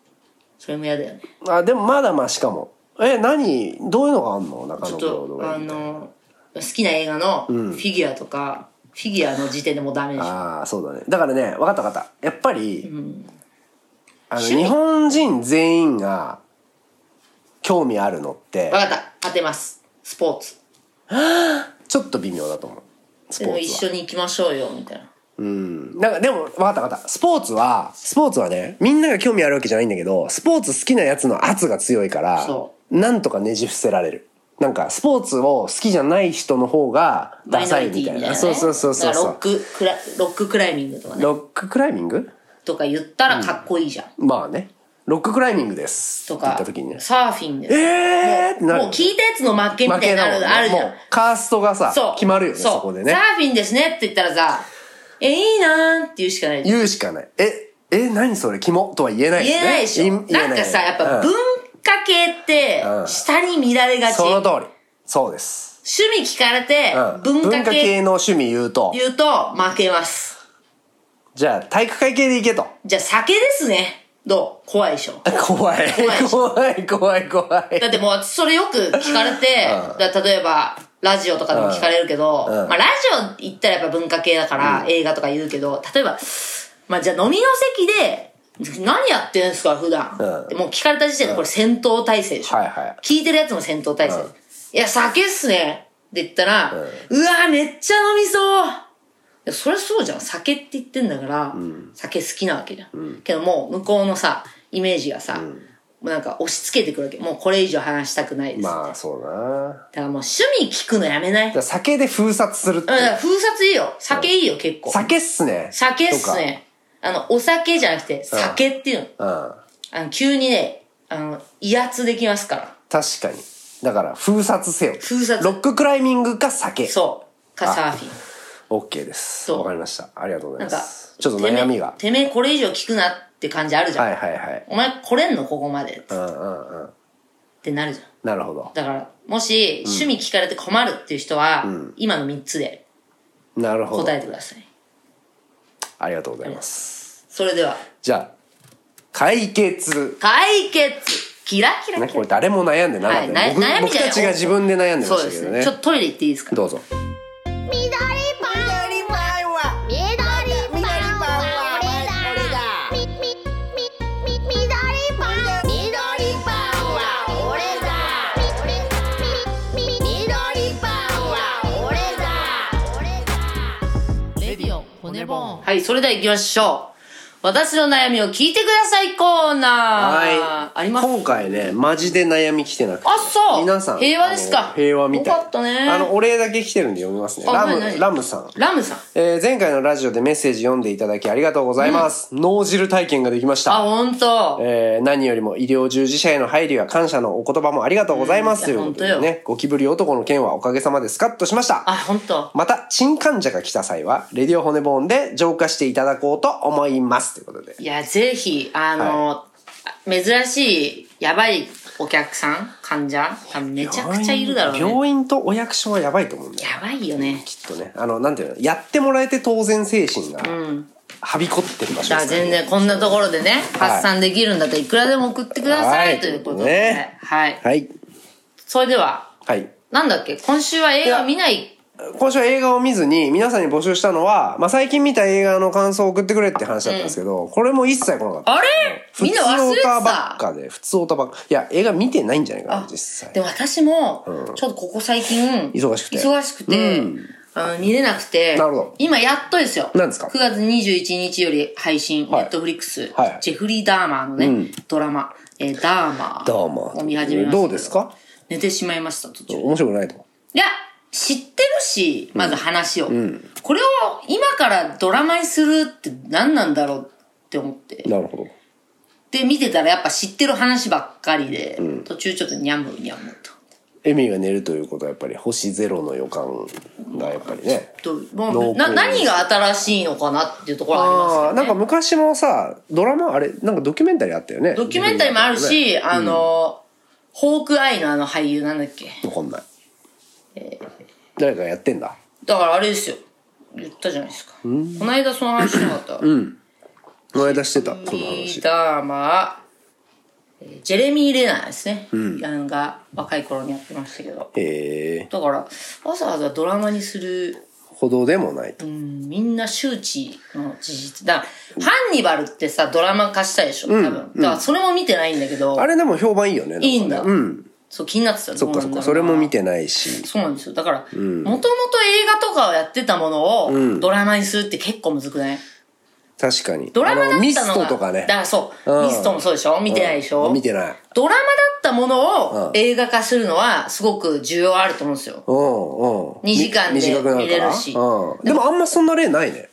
B: それも嫌だよね。
C: るあでもまだまあしかもえ何どういうのがあんの中
B: ちょ
C: 野
B: っ
C: ブロード
B: と
C: ウ、ェ
B: あ
C: イみたいな
B: の、好きな映画のフィギュアとか、フィギュアの時点でもうダメでしょ。
C: ああそうだねだからね分かった分かったやっぱり、あの
B: 趣味
C: 日本人全員が興味あるのって
B: わかった。当てます。スポーツ。
C: ちょっと微妙だと思うス
B: で
C: ポ
B: も
C: ー
B: 一
C: ツは
B: 緒に行きましょうよ、みたいな。
C: うんなんかでも分かった分かったスポーツはスポーツはねみんなが興味あるわけじゃないんだけどスポーツ好きなやつの圧が強いから
B: そ
C: なんとかねじ伏せられるなんかスポーツを好きじゃない人の方がダサいみたいな
B: マイノリティね
C: そうそうそうそ
B: だ
C: う
B: から
C: そ
B: ロッ
C: う
B: ククラ、ロッククライミングとかね。
C: ロッククライミング
B: とか言ったらかっこいいじゃん。
C: まあねロッククライミングです
B: と
C: って
B: か、
C: 言った時にね
B: サーフィンです。
C: えーってなる
B: もう聞いたやつの負けみ
C: 負
B: たい
C: け
B: になる、
C: だもんね
B: あるじゃ。
C: もうんカーストがさ
B: そう。
C: 決まるよね
B: そう
C: そこでね
B: サーフィンですねって言ったらさ、え、いいなーって言うしかないじゃん
C: 言うしかないええ何それ肝とは言えないよね、
B: 言えないでしょ。
C: 言え
B: なんかさ、やっぱ
C: うん
B: 文化系って
C: う、ん
B: 下に見られがち。
C: その
B: 趣
C: 通りそうです、
B: 味聞かれて
C: うん、
B: 文化系
C: の趣味言うと
B: 言うと負けます。
C: じゃあ体育会系でいけと (laughs)
B: じゃあ酒ですね。どう怖いでしょ。
C: 怖い怖い怖い怖い
B: だってもうそれよく聞かれて、だから例えば、ラジオとかでも聞かれるけど、
C: んうん
B: まあラジオ行ったらやっぱ文化系だから、映画とか言うけど、例えば、まあじゃあ飲みの席で、何やってんすか普段、
C: うん
B: でもう聞かれた時点でこれ戦闘体制でしょ、
C: はいはい
B: 聞いてるやつも戦闘体制。いや、酒っすねって言ったら、うわーめっちゃ飲みそういやそりゃそうじゃん。酒って言ってんだから、酒好きなわけじゃん,、けどもう向こうのさ、イメージがさ、もうなんか押し付けてくるわけ。もうこれ以上話したくないです。だか
C: まあそうだなだから
B: もう趣味聞くのやめない。うん、だ
C: ら酒で封殺するって
B: か
C: いう
B: ら風殺いいよ。酒いいよ、結構。
C: 酒っすね
B: 酒っすね。あの、お酒じゃなくて、酒っていうの。
C: とか
B: あの、急にね、あの、威圧できますから。
C: うん確かにだから封殺せよ
B: 封殺
C: ロッククライミングか酒
B: そう。か、
C: あ
B: サーフィン。
C: OK です
B: そう
C: わかりましたありがとうござ
B: ないん
C: ま
B: か
C: す、ちょっと悩みが
B: てめえてめえこれ以上聞くなって感じあるじゃん。
C: はいはいはい
B: お前来れんのここまで。
C: う
B: っ
C: んうんうん
B: てなるじゃん。
C: なるほど
B: だから、もし、趣味聞かれて困るっていう人は、今の3つで
C: なるほど
B: 答えてください。
C: ありがとうございます
B: それでは、
C: じゃあ解決
B: 解決キラキラ
C: ね、
B: キ
C: こ
B: ラ。
C: れ誰も悩んでなかったね、
B: はいな
C: 僕
B: 悩み
C: 僕
B: じゃない
C: たちが自分で悩んで
B: そ
C: ま
B: う
C: した
B: で
C: け
B: す
C: ど
B: ね。
C: ね
B: ちょっとトイレ行っていいですか
C: どうぞ
F: 緑パン緑パンは緑パンは俺だみみみみ緑パン緑パンは俺だみみみみ緑パンは俺だ俺だ
E: レディオ骨ボーン
B: はい、それでは行きましょう。私の悩みを聞いてくださいコーナー。
C: はい
B: あります
C: 今回ねマジで悩み来てなくて
B: あそう
C: 皆さん
B: 平和ですか
C: あの平和みたい
B: よかったね
C: あのお礼だけ来てるんで読みますね
B: あ
C: ラ
B: 何
C: ム
B: 何
C: ラムさん
B: ラムさん。
C: えー前回のラジオでメッセージ読んでいただきありがとうございます。脳汁体験ができまし
B: あ、
C: た。
B: ほんと。
C: えー何よりも医療従事者への配慮や感謝のお言葉もありがとうございます。
B: うん
C: と
B: い
C: い
B: や
C: う
B: 本
C: ことで
B: 当
C: ね、ゴキブリ男の件はおかげさまでスカッとしました。
B: あ、ほんと。
C: また、新患者が来た際は、レディオ骨ボーンで浄化していただこうと思います。ということで。
B: いや、ぜひ、あの、珍しい、やばいお客さん患者多分めちゃくちゃいるだろうね。
C: 病院とお役所はやばいと思うんだよ。
B: やばいよね。
C: きっとね。あの、なんていうの、やってもらえて当然精神が、はびこってる場所
B: だから
C: です
B: 全
C: ね
B: 然こんなところでね、発散できるんだったらいくらでも送ってくださ
C: はいい
B: ということで。
C: ね
B: はい。
C: はい。
B: それでは、
C: はい。
B: なんだっけ、今週は映画見ない。
C: 今週は映画を見ずに皆さんに募集したのは、まあ、最近見た映画の感想を送ってくれって話だったんですけど、これも一切来なかった。
B: あれみんな忘れて。
C: 普通オタばったかで、普通オタばっか。いや、映画見てないんじゃないかな、実際
B: で。も私も、ちょっとここ最近、
C: 忙しくて
B: 忙しくてあの見れなくて、
C: なるほど
B: 今やっとですよ。
C: 何ですか
B: ?9 月21日より配信、
C: はい
B: ネットフリックス、
C: はい
B: ジェフリー・ダーマーのね、ドラマ、えーダーマー。
C: どうも
B: を見始めました。
C: どうですか
B: 寝てしまいました、途中。
C: 面白くないと。
B: いや、知ってるし、まず話を。これを今からドラマにするって何なんだろうって思って。
C: なるほど。
B: で、見てたらやっぱ知ってる話ばっかりで、途中ちょっとニャンムニャンムと。
C: エミが寝るということはやっぱり星ゼロの予感がやっぱりね。
B: ともうな
C: 濃厚
B: 何が新しいのかなっていうところは
C: あ
B: あ
C: あ、
B: ります
C: なん
B: け
C: か
B: ど、ね、
C: 昔もさ、ドラマあれ、なんかドキュメンタリーあったよね。
B: ドキュメンタリーもあるし、
C: ね
B: あの、ホークアイのあの俳優なんだっけ
C: わかんない。誰かやってんだ。
B: だからあれですよ言ったじゃないですか、この間その話しなか (laughs) った、
C: この間してた、その
B: リー
C: 話。
B: ダーマーえージェレミー・レナーですね、あのが若い頃にやってましたけど
C: へえ、
B: だからわざわざドラマにする、
C: ほどでもないと。
B: うんみんな周知の事実だからハンニバルってさドラマ化したでしょ多分、だからそれも見てないんだけど
C: あれでも評判いいよね。
B: いいんだ
C: なんかねうん。
B: そう、気になってた
C: そっかそっか、それも見てないし。
B: そうなんですよ。だから、もともと映画とかをやってたものをドラマにするって結構むずくない
C: 確かに。
B: ドラマだったの
C: あ
B: が。
C: ミストとかね
B: だ。からそう、
C: うん
B: ミストもそうでしょ見てないでしょ、
C: うん見てない。
B: ドラマだったもの
C: う
B: を
C: ん
B: 映画化するのはすごく需要あると思うんですよ。
C: うんうん。
B: 二時間で
C: み短くな
B: 見れるし
C: うん。でもあんまそんな例ないね。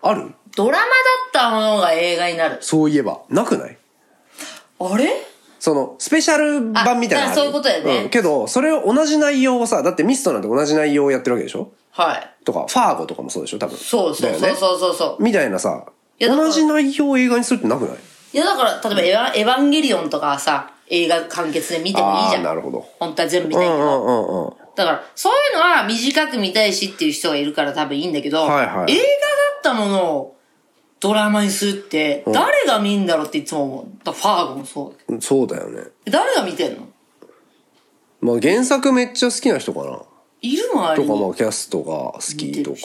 C: ある
B: ドラマだったものが映画になる。
C: そういえば。なくない
B: あれ
C: その、スペシャル版みたいなの
B: あ
C: ある
B: そういうことだよね
C: んけど、それを同じ内容をさ、だってミストなんて同じ内容をやってるわけでしょ
B: はい。
C: とか、ファーゴとかもそうでしょ多分。
B: そうそう
C: だ
B: そ
C: よ
B: う
C: ね
B: そうそうそう。
C: みたいなさ、
B: いやだから
C: 同じ内容を映画にするってなくない
B: いやだから、例えばエヴァ、エヴァンゲリオンとかはさ、映画完結で見てもいいじゃ
C: あー
B: ん。
C: なるほど
B: 本当は全部見
C: う
B: た
C: ん
B: いけ
C: う
B: ど。
C: んうんうん。
B: だから、そういうのは短く見たいしっていう人がいるから多分いいんだけど、
C: はいはい
B: 映画だったものをドラマにするって、誰が見んだろうっていつも思う。だからファーゴもそうだけ
C: うんそうだよね。
B: ど。誰が見てんの
C: まあ原作めっちゃ好きな人かな。
B: いる周り
C: と
B: に。
C: かまあキャストが好きとか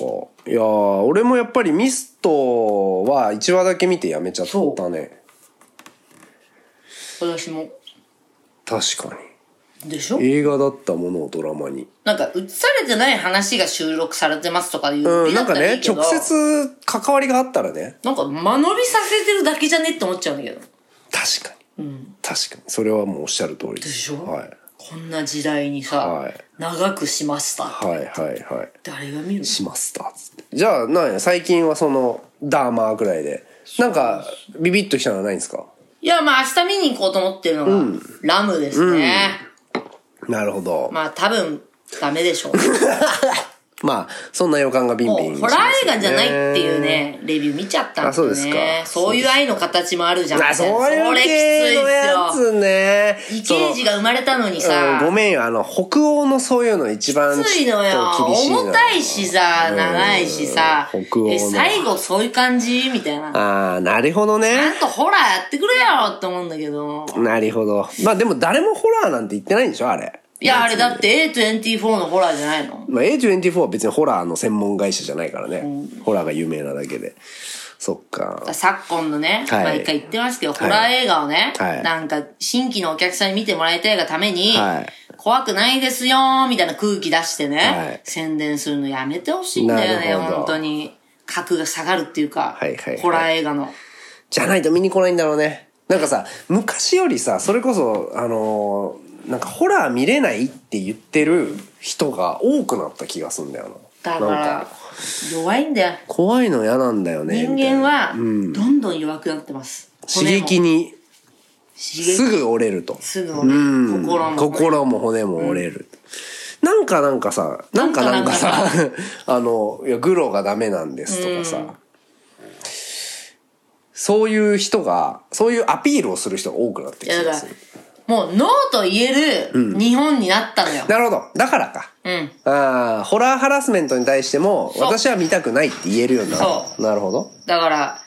C: いやー俺もやっぱりミストは1話だけ見てやめちゃったね
B: 私も。
C: 確か
B: でしょ
C: に映画だったものをドラマに
B: なんか、映されてない話が収録されてますとかいう
C: う
B: 売
C: ん
B: り
C: な
B: だ
C: ん
B: った
C: から
B: いい
C: ね
B: けど、
C: 直接関わりがあったらね
B: なんか、間延びさせてるだけじゃねって思っちゃうんだけど。
C: 確かに、確かにそれはもうおっしゃる通りで
B: でしょ
C: はい、
B: こんな時代にさ、
C: はい
B: 長くしました。
C: はいはいはい
B: 誰が見るの
C: しましたっつってじゃあなんや最近はそのダーマーくらいでなんかビビッときたのはないんですか
B: いや、まあ明日見に行こうと思ってるのが、ラムですね。
C: なるほどま
B: まあ多分、ダメ
C: (laughs)
B: でしょう。
C: あそんな予感がビンビン
B: もう、
C: しま
B: ホ
C: す
B: ラー映画
C: よね
B: じゃないっていうね、レビュー見ちゃったんだよ
C: あそう
B: ね
C: で。すか
B: そういう愛の形もあるじゃん。
C: あ、そういう系のや
B: それきついっすよ。
C: つね。
B: イケージが生まれたのに
C: その
B: さ、
C: うん、ごめんよ、あの、北欧のそういうの一番ちょっ
B: きついのよ。
C: と厳しいの
B: 重たいしさ、
C: うん
B: 長いしさ。
C: 北欧の
B: え、最後そういう感じみたいな。
C: ああ、なるほど
B: ちゃ
C: ね。
B: んとホラーやってくれよって思うんだけど。
C: なるほど。まあでも誰もホラーなんて言ってないんでしょ、あれ。
B: いや、あれだって A24 のホラーじゃないの
C: まあ、A24 は別にホラーの専門会社じゃないからね。ホラーが有名なだけで。そっか。
B: 昨今のね、
C: はい
B: 毎回言ってますけど、
C: い
B: ホラー映画をね、
C: はい
B: なんか新規のお客さんに見てもらいたいがために、
C: はい
B: 怖くないですよーみたいな空気出してね、
C: はい
B: 宣伝するのやめてほしいんだよね、
C: なるほど
B: 本当に。格が下がるっていうか、
C: はいはいはい
B: ホラー映画の。
C: じゃないと見に来ないんだろうね。なんかさ、昔よりさ、それこそ、あのーなんかホラー見れないって言ってる人が多くなった気がすんだよな。
B: だか
C: なん
B: ら、弱いんだよ。
C: 怖いの嫌なんだよね。
B: 人
C: みたい
B: 間
C: な
B: は、ど
C: うん
B: んどん弱くなってます。
C: 刺
B: 骨も
C: 激に
B: 刺激
C: すぐ折れると。
B: すぐ
C: うん
B: 心も。
C: 心も骨も折れる。なんかなんかさ、なんかなんかさ、 (laughs) あの、いや、グロがダメなんですとかさ、そういう人が、そういうアピールをする人が多くなって
B: い
C: きて
B: やだ
C: ま
B: から
C: する。
B: もう、ノーと言える日本になったのよ。
C: なるほど。だからか。
B: うん。
C: ああ、ホラーハラスメントに対しても、
B: そう
C: 私は見たくないって言えるようになる
B: そ。
C: なるほど。
B: だから、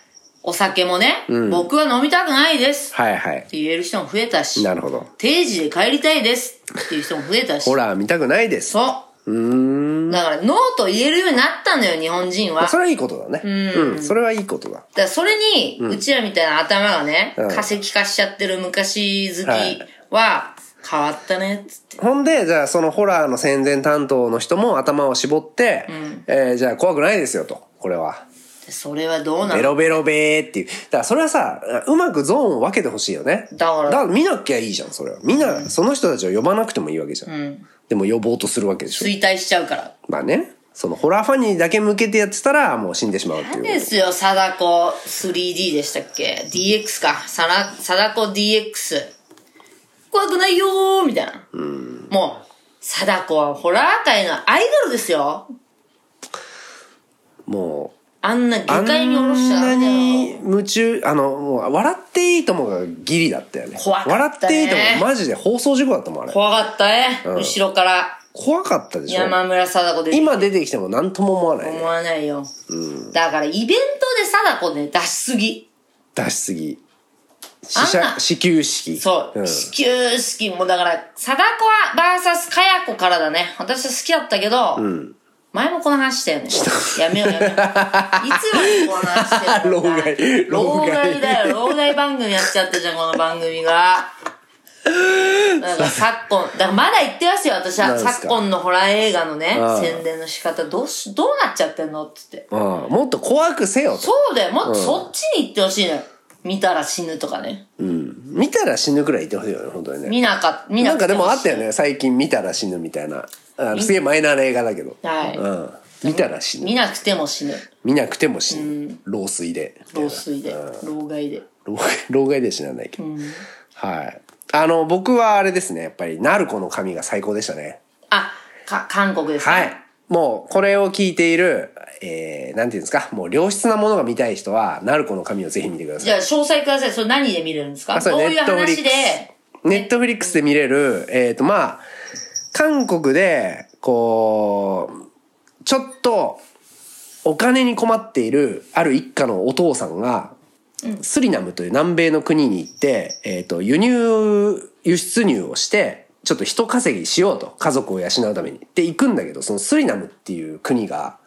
B: お酒もね、
C: ん
B: 僕は飲みたくないですっ
C: はいはい。
B: て言える人も増えたし、
C: なるほど。
B: 定時で帰りたいですっていう人も増えたし
C: ホ、ラー見たくないです。
B: そう。だから、ノーと言えるようになったのよ、日本人は。だ
C: そ
B: か
C: れはいいことだね。うん。それはいいことだ。
B: らそれに、うちらみたいな頭がね、
C: うん
B: 化石化しちゃってる昔好
C: はい
B: きは、変わったね、つって。
C: ほんで、じゃあそのホラーの宣伝担当の人も頭を絞って、えーじゃあ怖くないですよと、これは。
B: でそれはどうな
C: ベ
B: の
C: ロベロベーっていう。だからそれはさ、うまくゾーンを分けてほしいよね。
B: だから
C: 見なきゃいいじゃん、それは。みんな、その人たちを呼ばなくてもいいわけじゃん。でも呼ぼうとするわけでしょ。
B: 衰退しちゃうから。
C: まあね、そのホラーファンにだけ向けてやってたら、もう死んでしまうって
B: 何
C: い
B: で
C: う。
B: すよ、貞子 3D でしたっけ ?DX か。さら、貞子 DX。怖くないよーみたいな。もう、貞子はホラー界のアイドルですよ。
C: もう、
B: あんな
C: あ
B: 下
C: ん
B: 界に下ろしちゃダ
C: な
B: メだ
C: に
B: よ。
C: 夢中、あの、もう、笑っていいともがギリだったよね。
B: 怖かったね
C: 笑っていいとも、マジで放送事故だったもん、あれ。
B: 怖かったね、
C: ん
B: 後ろから。
C: 怖かったでしょ。
B: 山村貞子で。
C: 今出てきても何とも思わない、
B: 思
C: ね、
B: わないよ。だから、イベントで貞子ね、出しすぎ。
C: 出しすぎ
B: あんな
C: 死者始球式
B: そう。
C: ん
B: 始球式も、だから、貞子は、バーサス、かや子からだね。私は好きだったけど、前もこの話したよね。やめようやめよう。いつまでこの話してるの
C: 老害
B: 老
C: 老害
B: 害だよ。老害番組やっちゃったじゃん、この番組が。なんか昨今、だからまだ言ってますよ、私
C: なん
B: は。
C: ですか
B: 昨今のホラー映画のね
C: あ、あ
B: 宣伝の仕方、どうし、どうなっちゃってんのって言って。
C: うん、もっと怖くせよと。
B: そうだよ、もっとそっちに行ってほしいのよ。見たら死ぬとかね。
C: 見たら死ぬくらい言ってほしいよね、本当にね。
B: 見なか、見な
C: なん
B: くて
C: かでもあ
B: ほ
C: っ
B: しい
C: たよ。ね最近見たら死ぬみたいなあのすげえマイナーな映画だけど、
B: はい
C: うん、見たら死ぬ
B: 見なくても死ぬ。
C: 見なくても死ぬ老衰で
B: 老衰で、老害で。
C: 老害 (laughs) 老害で死なないけど、はいあの僕はあれですねやっぱりナルコの神が最高でしたね
B: あ、か、韓国ですか
C: はい。もうこれを聞いているえー、なんていうんですかもう良質なものが見たい人はナルコの神をぜひ見てくださ
B: じ
C: い
B: ゃあ、詳細ください。それ何で見れるんですか
C: あそ
B: ど
C: れ
B: ういう話で、
C: ネットフリックスで見れる、えっ、と、まあ、韓国で、こう、ちょっと、お金に困っている、ある一家のお父さんが、スリナムという南米の国に行って、えっ、と、輸入、輸出入をして、ちょっと人稼ぎしようと、家族を養うために。で、行くんだけど、そのスリナムっていう国が、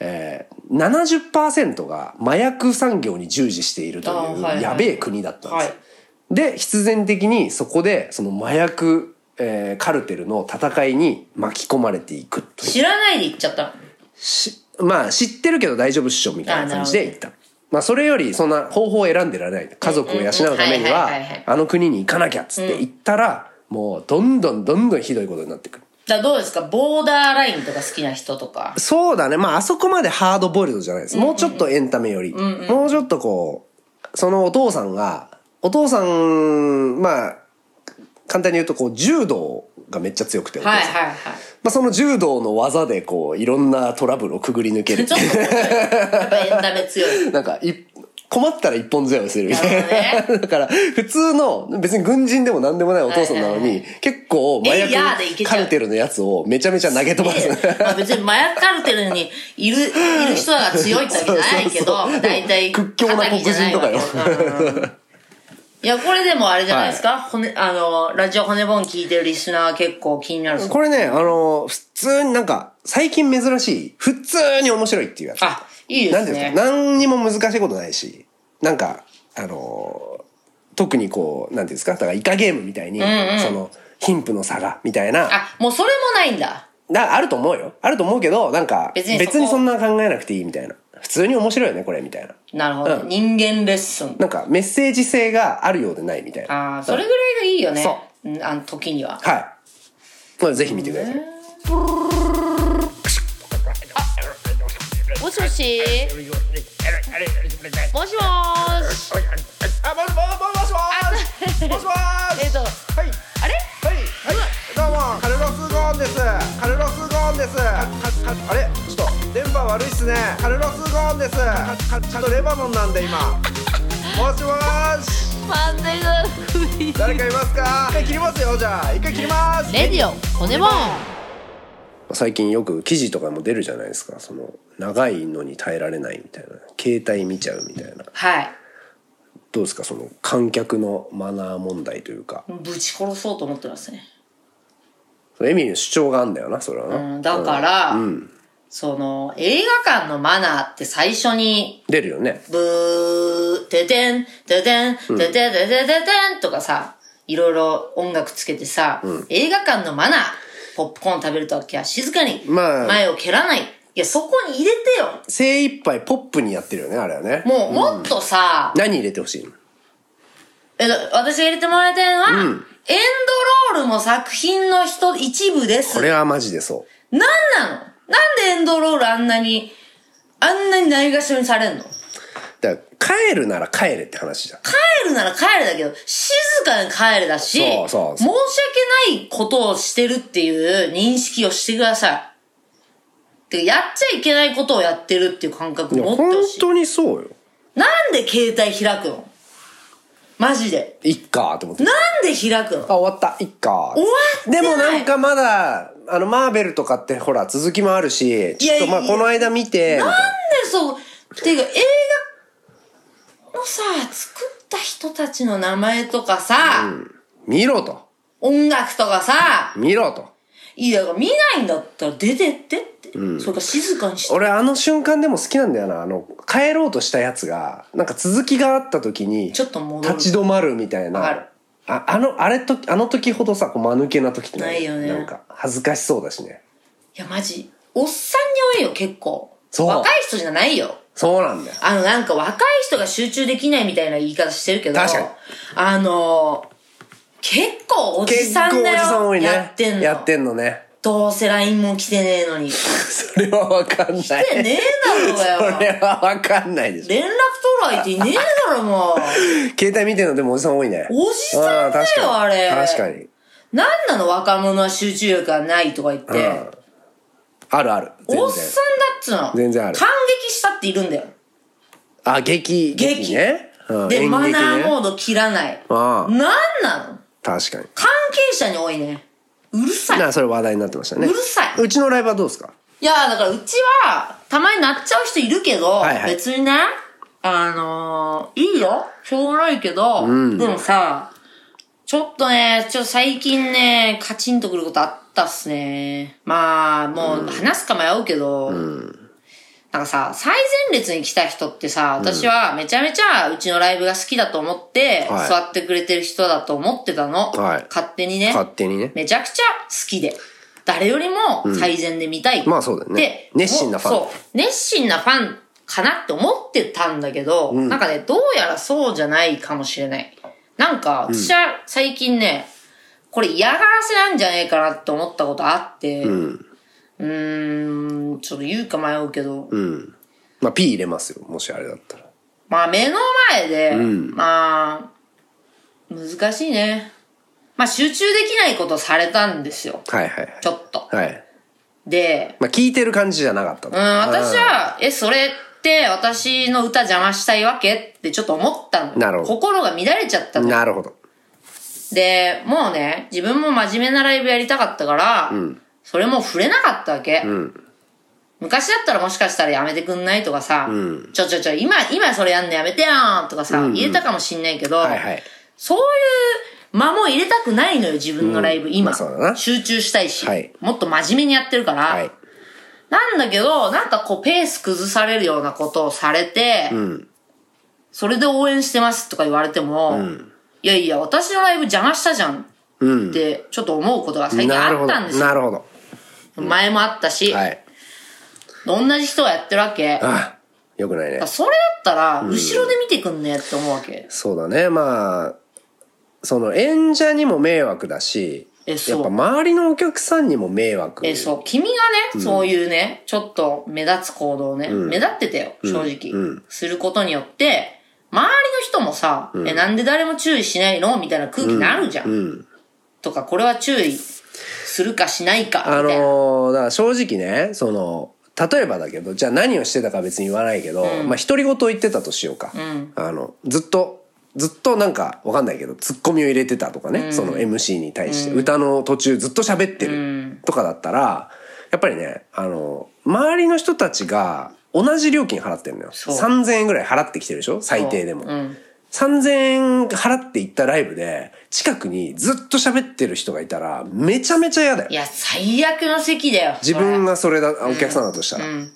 C: えー、70%が麻薬産業に従事していると
B: あーはいは
C: いう
B: い
C: やべえ国だったんですよ
B: はい
C: で必然的にそこでその麻薬、えーカルテルの戦いに巻き込まれていくという
B: 知らないで行っちゃった。
C: しまあ知ってるけど大丈夫っしょみたいな感じで行った。まあそれよりそんな方法を選んでられない。家族を養うために
B: うんうんうんはい
C: は
B: はいはいはい、
C: あの国に行かなきゃっつって行ったら、もうどんどんどんどんひどいことになってくる。
B: だからどうですかボーダーラインとか好きな人とか。
C: そうだね。まあ、あそこまでハードボイルドじゃないです。もうちょっとエンタメより。もうちょっとこう、そのお父さんが、お父さん、まあ、簡単に言うと、こう、柔道がめっちゃ強くて、お父さん
B: はいはいは
C: まあ、その柔道の技で、こう、いろんなトラブルをくぐり抜ける
B: い。ちょっと面白い、やっぱエンタメ強い。
C: なんか、い、困ったら一本背負いするみた
B: なる
C: い
B: ほ
C: (laughs) な。だから、普通の、別に軍人でも何でもないお父さんなの
B: はいはいは
C: に、結構、麻
B: えいやーでい
C: 薬
B: けちゃう
C: カルテルのやつをめちゃめちゃ投げ飛ばす。
B: でまあ、別に麻薬カルテルにいる、いる人らが強いってわけじゃないけど、
C: そうそうそう
B: 大体、
C: 屈強な黒人とかよ
B: 肩身じゃないわけうんいや、これでもあれじゃないですか、骨、あの、ラジオ骨ボン聞いてるリスナーは結構気になる
C: これね、あの、普通になんか、最近珍しい、普通に面白いっていうやつ。
B: あ、いいで
C: なん
B: す
C: ていうんです
B: ね
C: か。何にも難しいことないし、なんか、あの、特にこう、なんていうんですか、だからイカゲームみたいに、その、貧富の差が、みたいな、
B: あ、もうそれもないんだ。
C: なあると思うよ。あると思うけど、なんか、
B: 別にそこ
C: 別にそんな考えなくていいみたいな。普通に面白いよね、これ、みたいな。
B: なるほど。
C: うん
B: 人間レッスン。
C: なんか、メッセージ性があるようでないみたいな。
B: ああ、それぐらいがいいよね。
C: そ
B: うんあの時には。
C: はい。まあ、ぜひ見てください。
G: あ、もしももしもーしもし
E: もしもしもしもーし
G: もーし
E: えっと
G: はいあれはいはいどうもカルロス・ゴーンですカルロス・ゴーンですかかあれちょっと電波悪いっすねカルロス・ゴーンですかかちょっとレバノンなんで今もしもーし
E: マンデー
G: 誰かいますか一回切りますよじゃあ一回切ります
E: レディオ骨ボン
C: 最近よく記事とかも出るじゃないですかその長いのに耐えられないみたいな携帯見ちゃうみたいな
B: はい。
C: どうですかその観客のマナー問題というか
B: ぶち殺そうと思ってますね。
C: エミリーの主張があんだよなそれはな、
B: うん、だから、その、映画館のマナーって最初に、
C: 出るよね
B: ブー、ててん、ててん、ててててててんとかさ、いろいろ音楽つけてさ、映画館のマナー、ポップコーン食べるときは静かに、
C: まあ
B: 前を蹴らない。いや、そこに入れてよ。
C: 精一杯ポップにやってるよねあれはね
B: もう、もっとさ、
C: 何入れてほしいの
B: えだ私が入れてもらいたいのは、エンドロールも作品の人、一部です。
C: これはマジでそ
B: なんなのなんでエンドロールあんなに、あんなにないがしろにされんの
C: うだから帰るなら帰れって話じゃん
B: 帰るなら帰れだけど、静かに帰れだし、
C: そうそうそう
B: 申し訳ないことをしてるっていう認識をしてください。てかやっちゃいけないことをやってるっていう感覚
C: いや
B: 持って
C: 本
B: ほしい。
C: 当にそうよ
B: なんで携帯開くのマジで。
C: いっかーと思って
B: なんで開くの
C: あ、終わった。いっか。
B: 終わってな
C: で
B: い
C: もなんかまだ、あの、マーベルとかってほら、続きもあるし、ちょっとまあ、
B: いやいや
C: この間見て、みたい
B: なん
C: な
B: でそう、ていうか映画のさ、作った人たちの名前とかさ、
C: 見ろと。
B: 音楽とかさ、
C: 見ろと。
B: いや、見ないんだったら出てってって。それから静かにして。
C: 俺あの瞬間でも好きなんだよな。あの、帰ろうとしたやつが、なんか続きがあった時に、
B: ちょっと戻る
C: 立ち止まるみたい
B: わか
C: な
B: る。
C: ああの、あれと、あの時ほどさ、こう、間抜けな時って
B: ないよね
C: なんか、恥ずかしそうだしね。
B: いや、マジ。おっさんに多いよ、結構。
C: そう
B: 若い人じゃないよ。
C: そうなんだよ。
B: あの、なんか若い人が集中できないみたいな言い方してるけど。
C: 確かに
B: あの、結構おじ
C: 結
B: さ
C: 構
B: ん
C: お
B: だ
C: じ
B: よ。
C: さん多いね。
B: やってんの。
C: やってんのね。 (laughs)
B: どうせ LINE も来てねえのに。来
C: それはわかんない。来
B: てねえだろう
C: そ
B: が
C: れ
B: よ。
C: はわかんないでしょ。
B: 連絡取る相手いねえだろ、もう。
C: 携帯見てるのでもおじさん多いね。
B: おじさんだよ
C: う確かに
B: あれ
C: 確かに。
B: なんなの若者は集中力がないとか言って。
C: うんあるある。全然
B: おっさんだっつうの。
C: 全然ある
B: 感激したっているんだよ。
C: あ、劇、
B: 劇
C: 劇ね。うん
B: で、
C: 演
B: マ
C: 劇
B: ナーモ
C: ね。
B: ード切らない。
C: あ
B: な
C: あ
B: んなの
C: 確かに。
B: 関係者に多いね。うるさい。
C: な、それ話題になってましたね。
B: うるさいう
C: ちのライブはどうですか
B: いや、だからうちは、たまになっちゃう人いるけど、
C: はいはい
B: 別にね、あのーいいよ。しょうがないけど、でもさ、ちょっとね、ちょっと最近ね、カチンとくることあったっすね。まあ、もう話すか迷うけど、なんかさ、最前列に来た人ってさ、私はめちゃめちゃうちのライブが好きだと思って、
C: はい
B: 座ってくれてる人だと思ってたの。
C: はい
B: 勝手にね。
C: 勝手にね。
B: めちゃくちゃ好きで、誰よりも最善で見たい。
C: まあそうだよね
B: で
C: 熱心なファン
B: そう。熱心なファンかなって思ってたんだけど、なんかね、どうやらそうじゃないかもしれない。なんか、私は最近ね、これ嫌がらせなんじゃねえかなって思ったことあって、うん、ーん、ちょっと言うか迷うけど、
C: うん。まあ、P 入れますよ。もしあれだったら。
B: まあ目の前で、まあ、難しいね。まあ集中できないことされたんですよ。
C: はいはい
B: ちょっと。
C: はい。はい。
B: で、
C: まあ、聞いてる感じじゃなかったと。
B: うん、私は、え、それって私の歌邪魔したいわけってちょっと思ったの。
C: なるほど
B: 心が乱れちゃったの。
C: なるほど。
B: で、もうね、自分も真面目なライブやりたかったから、それも触れなかったわけ。昔だったらもしかしたらやめてくんないとかさ、ちょちょちょ、今、今それやんのやめてよとかさ、言えたかもしんないけど、
C: はいはい。
B: そういう間も入れたくないのよ、自分のライブ、今、
C: まあそうだな
B: 集中したいし、
C: はい
B: もっと真面目にやってるから、
C: はい。
B: なんだけど、なんかこうペース崩されるようなことをされて、それで応援してますとか言われても、いやいや、私のライブ邪魔したじゃんって、ちょっと思うことが最近
C: なる
B: あ
C: ほ
B: った
C: ど。
B: んですよ。
C: なるほど。
B: 前もあったし、
C: はい。
B: 同じ人がやってるわけ。
C: ああ、よくないね。
B: それだったら、後ろで見てくんねって思うわけ。
C: そうだね。まあ、その演者にも迷惑だし、や
B: えそう
C: っぱ周りのお客さんにも迷惑。
B: え、そう。君がね、そういうね、ちょっと目立つ行動をね、目立ってたよ、正直、することによって、周りの人もさ、え、なんで誰も注意しないのみたいな空気になるじゃん。とか、これは注意するかしないか、
C: あ
B: みたいな。
C: のーだから正直ね、その、例えばだけど、じゃあ何をしてたか別に言わないけど、まあ独り言を言ってたとしようか。あの、ずっと、ずっとなんかわかんないけど、ツッコミを入れてたとかね、その MC に対して、歌の途中ずっと喋ってるとかだったら、やっぱりね、あの、周りの人たちが同じ料金払ってるのよ。
B: そう
C: 3000円ぐらい払ってきてるでしょ最低でも。
B: うん。
C: 3000円払って行ったライブで、近くにずっと喋ってる人がいたら、めちゃめちゃ嫌だよ
B: い。や、最悪の席だよ。
C: 自分がそれだ、お客さんだとした
B: そ
C: ら。
B: れ。うん。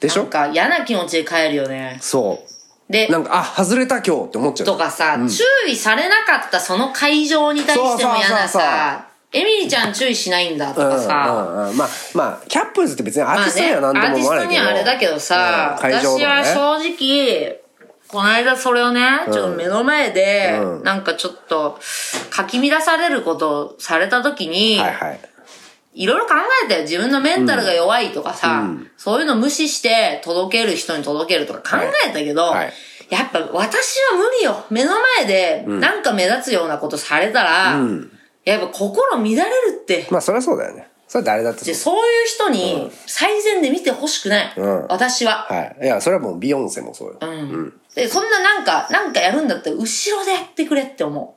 C: でし
B: な
C: ょ
B: んか嫌な気持ちで帰るよね。
C: そ
B: で
C: う。な、んか、あ、外れた今日って思っちゃう。
B: とかさ、注意されなかったその会場に対しても嫌な
C: そうそうそうそう
B: さ、エミリちゃん注意しないんだとかさ、
C: うんうんうん、まあまあキャップーズって別にアーティストには何でも思わ
B: まあね、アーティス
C: ないけど、
B: トにはあれだけどさ、
C: うん会場
B: 私
C: で
B: は
C: ね
B: 正直、この間それをね、ちょっと目の前で、
C: うん
B: なんかちょっと、かき乱されることをされた時に、
C: はい
B: い
C: はい
B: ろいろ考えたよ。自分のメンタルが弱いとかさ、そういうの無視して届ける人に届けるとか考えたけど、
C: はいはい
B: やっぱ私は無理よ。目の前でなんか目立つようなことされたら、やっぱ心乱れるって。
C: まあそりゃそうだよねそれは誰だって
B: で、
C: そ
B: そういう人に最善で見てほしくない。
C: うん
B: 私は。
C: うはいいやそれはもうビヨンセもそうよ、
B: で、そんななんか、なんかやるんだったら、後ろでやってくれって思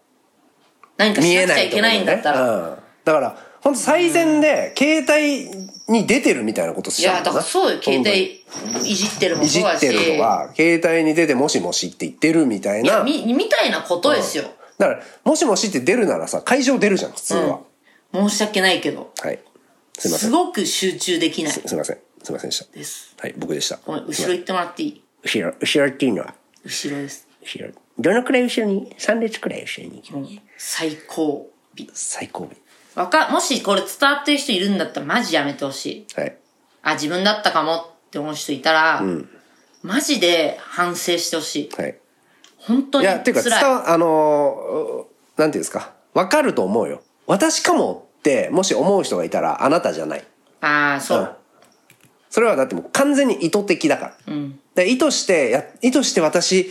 B: う。何か
C: 見
B: し
C: え
B: なく
C: な
B: ちゃ
C: い
B: いけないんだったら。
C: ところねうん、だから本当最善で携帯に出てるみたいなことし
B: い
C: ちゃ
B: や、
C: う
B: だからそうよ、携
C: 本当に
B: 帯いじってるも
C: いじ
B: そうだし。
C: ってるとか携帯に出てもしもしって言ってるみたい
B: い
C: な
B: や、み、みたいなことですよ。
C: だからもしもしって出るならさ会場出るじゃん普通は、
B: 申し訳ないけど。
C: はいすいますせん
B: ごく集中できない
C: すすいませんすいませんでし
B: です。
C: たはい僕でした
B: ごめん、後ろ行ってもらっていい
C: 後ろ後ろっていうのは
B: 後ろです。
C: 後ろ
D: どのくらい後ろに ?3 列くらい後ろに行きます。
B: 最高尾。
D: 最後
B: わか、もしこれ伝わってる人いるんだったらマジやめてほしい。
D: 尾。はい。
B: あ、自分だったかもって思う人いたら、マジで反省してほしい。
C: はい。
B: 本当
C: い
B: に
C: や、
B: 辛
C: ていうか、伝
B: い。
C: わ、あのー、なんていうんですか。わかると思うよ。私かもって、もし思う人がいたら、あなたじゃない。。
B: ああ、そううん
C: それはだってもう完全に意図的だから。で意図してや、意図して私、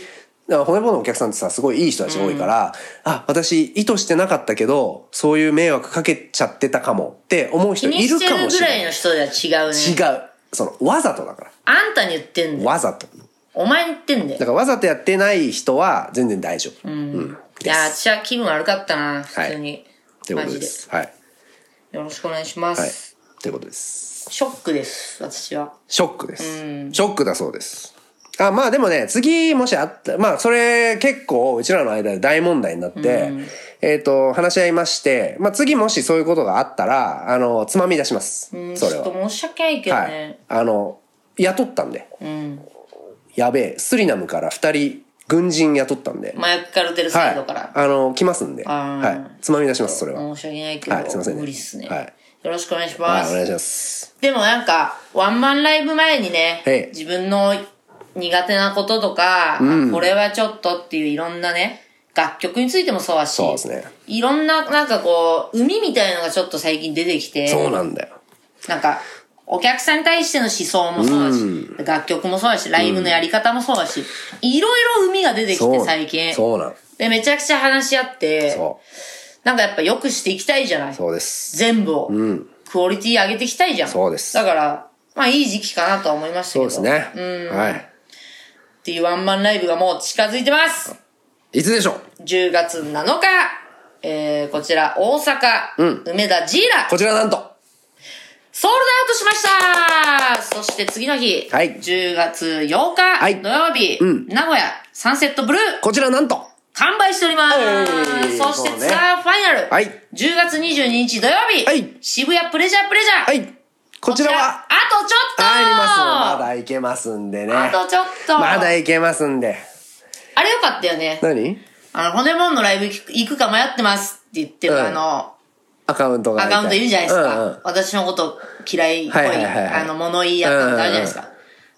C: だから骨棒のお客さんってさ、すごいいい人たち多いから、あ、私意図してなかったけど、そういう迷惑かけちゃってたかもって思う
B: 気
C: 人
B: に
C: い
B: し
C: る
B: て
C: か
B: る
C: も
B: ぐ
C: しれ
B: ら
C: ないい。
B: の人では違うね。
C: 違う。その、わざとだから。
B: あんたに言ってんだよ。
C: わざと。
B: お前に言ってんだ
C: だ
B: よ。
C: からわざとやってない人は全然大丈夫。うん。
B: いや、私は気分悪かったな、普通に。
C: というこ
B: マ
C: と
B: ジ
C: で
B: で。
C: す。はい。
B: よろしくお願いしま
C: はい
B: す。。
C: ということです。
B: ショックです、私は。
C: ショックです。ショックだそうです。あ、まあでもね、次もしあった、まあそれ結構うちらの間で大問題になって、えっ、と、話し合いまして、まあ次もしそういうことがあったら、あの、つまみ出します。そ
B: うん、ちょ
C: れ
B: っと
C: は。
B: 申し訳ないけど
C: はい
B: ね。。
C: あの、雇ったんで。やべえ、スリナムから二人軍人雇ったんで。
B: 麻薬カルテル
C: は
B: サイ
C: い
B: ドから。。
C: あの、来ますんで。
B: あー
C: はい。つまみ出します、それは。
B: 申し訳ないけど、
C: はいすいませんね
B: 無理っすね、
C: はい
B: よろしくお願いしま
C: はい、
B: す、
C: お願いします。
B: でもなんか、ワンマンライブ前にね
C: ええ、
B: 自分の苦手なこととか、あこれはちょっとっていういろんなね、楽曲についてもそうだし、
C: そうですね
B: いろんな、なんかこう、海みたいのがちょっと最近出てきて、
C: そうなんだよ。
B: なんか、お客さんに対しての思想もそうだし、楽曲もそうだし、ライブのやり方もそうだし、いろいろ海が出てき
C: そう
B: て
C: なん
B: 最近。
C: そうなん。
B: で、めちゃくちゃ話し合って、
C: そう。
B: なんかやっぱ良くしていきたいじゃない
C: そうです。
B: 全部を、クオリティ上げていきたいじゃん。
C: そうです
B: だから、まあいい時期かなとは思いましたけ
C: そう
B: ど。
C: ですね。はい。
B: っていうワンマンライブがもう近づいてます
C: いつでしょう
B: !10 月7日、えー、こちら大阪、梅田ジーラ、
C: こちらなんと
B: ソールドアウトしましたそして次の日、
C: はい
B: 10月8日、
C: い
B: 土曜日、
C: うん
B: 名古屋、サンセットブルー、
C: こちらなんと
B: 完売しております、
C: はい
B: そして
C: そうね
B: ツアーファイナル、
C: はい
B: 10月22日土曜日、
C: はい
B: 渋谷プレジャープレジャー、
C: はいこちらは
B: あとちょっと
C: ありますまだいけますんでね。
B: あとちょっと
C: まだいけますんで。
B: あれよかったよね。
C: 何
B: あの、骨もんのライブ行くか迷ってますって言ってる、
C: うん
B: あの、
C: アカウントが
B: ア
C: 大体。
B: カウントいるじゃないですか。
C: うんうん
B: 私のこと嫌いっぽい、
C: はいはいはいはい
B: あの、物言いアカウントあるじゃないですか。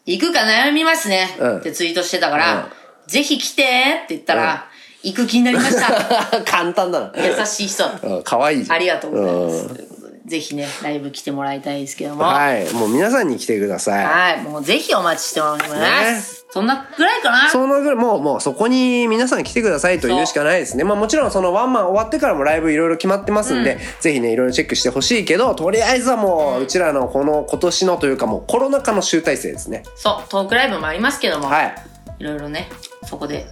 B: 行くか悩みますね
C: うん
B: ってツイートしてたから、
C: うん
B: ぜひ来てって言ったら、行く気になりま
C: (laughs)
B: した。 (laughs)
C: 簡単だな。
B: 優しい人。
C: うん可愛いじゃん
B: ありがとうございま
C: う
B: す。
C: ん
B: ということでぜひね、ライブ来てもらいたいですけども。はい。
C: はい。もう皆さんに来てください。
B: もうぜひお待ちしております。
C: ね
B: そんなぐらいか (laughs) な
C: そのぐらい、もう、もうそこに皆さん来てくださいというしかないですね。まあもちろんそのワンマン終わってからもライブいろいろ決まってますんで、ぜひね、いろいろチェックしてほしいけど、とりあえずはもう、うちらのこの今年のというかもうコロナ禍の集大成ですね。
B: そう、トークライブもありますけども。
C: はい。
B: いろいろね、そこで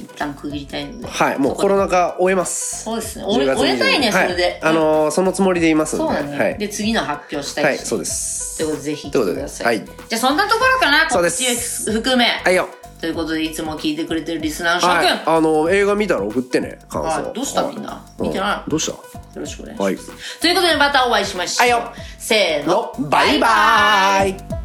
B: 一旦区切りたいので。
C: はい。もう
B: そこで
C: コロナ禍終えます。
B: そうですね。
C: 10
B: 俺、
C: 月
B: 終えたいね、
C: 22
B: それ
C: は
B: で
C: い。あのーそのつもりでいますんで。
B: そうだね、
C: はい。
B: で、次の発表した
C: はいい、
B: し。
C: そうで
B: とい
C: す。
B: うことで、ぜひ
C: とい
B: 来
C: う
B: てく
C: ことで、
B: ださい。
C: はい。
B: じゃあ、そんなところかな、
C: そう
B: 告
C: です
B: 知含め。
C: はいよ。
B: ということで、いつも聞いてくれてるリスナーの諸君。
C: はい。
B: は
C: あのー映画見たら送ってね、感
B: い
C: 想。
B: どうした
C: はい
B: みんな
C: うん
B: 見てな
C: どうした
B: いよろしくお願いします。
C: はい。
B: ということで、またお会いしましょう。
C: はいよ
B: せーの。
C: の、バイバーイ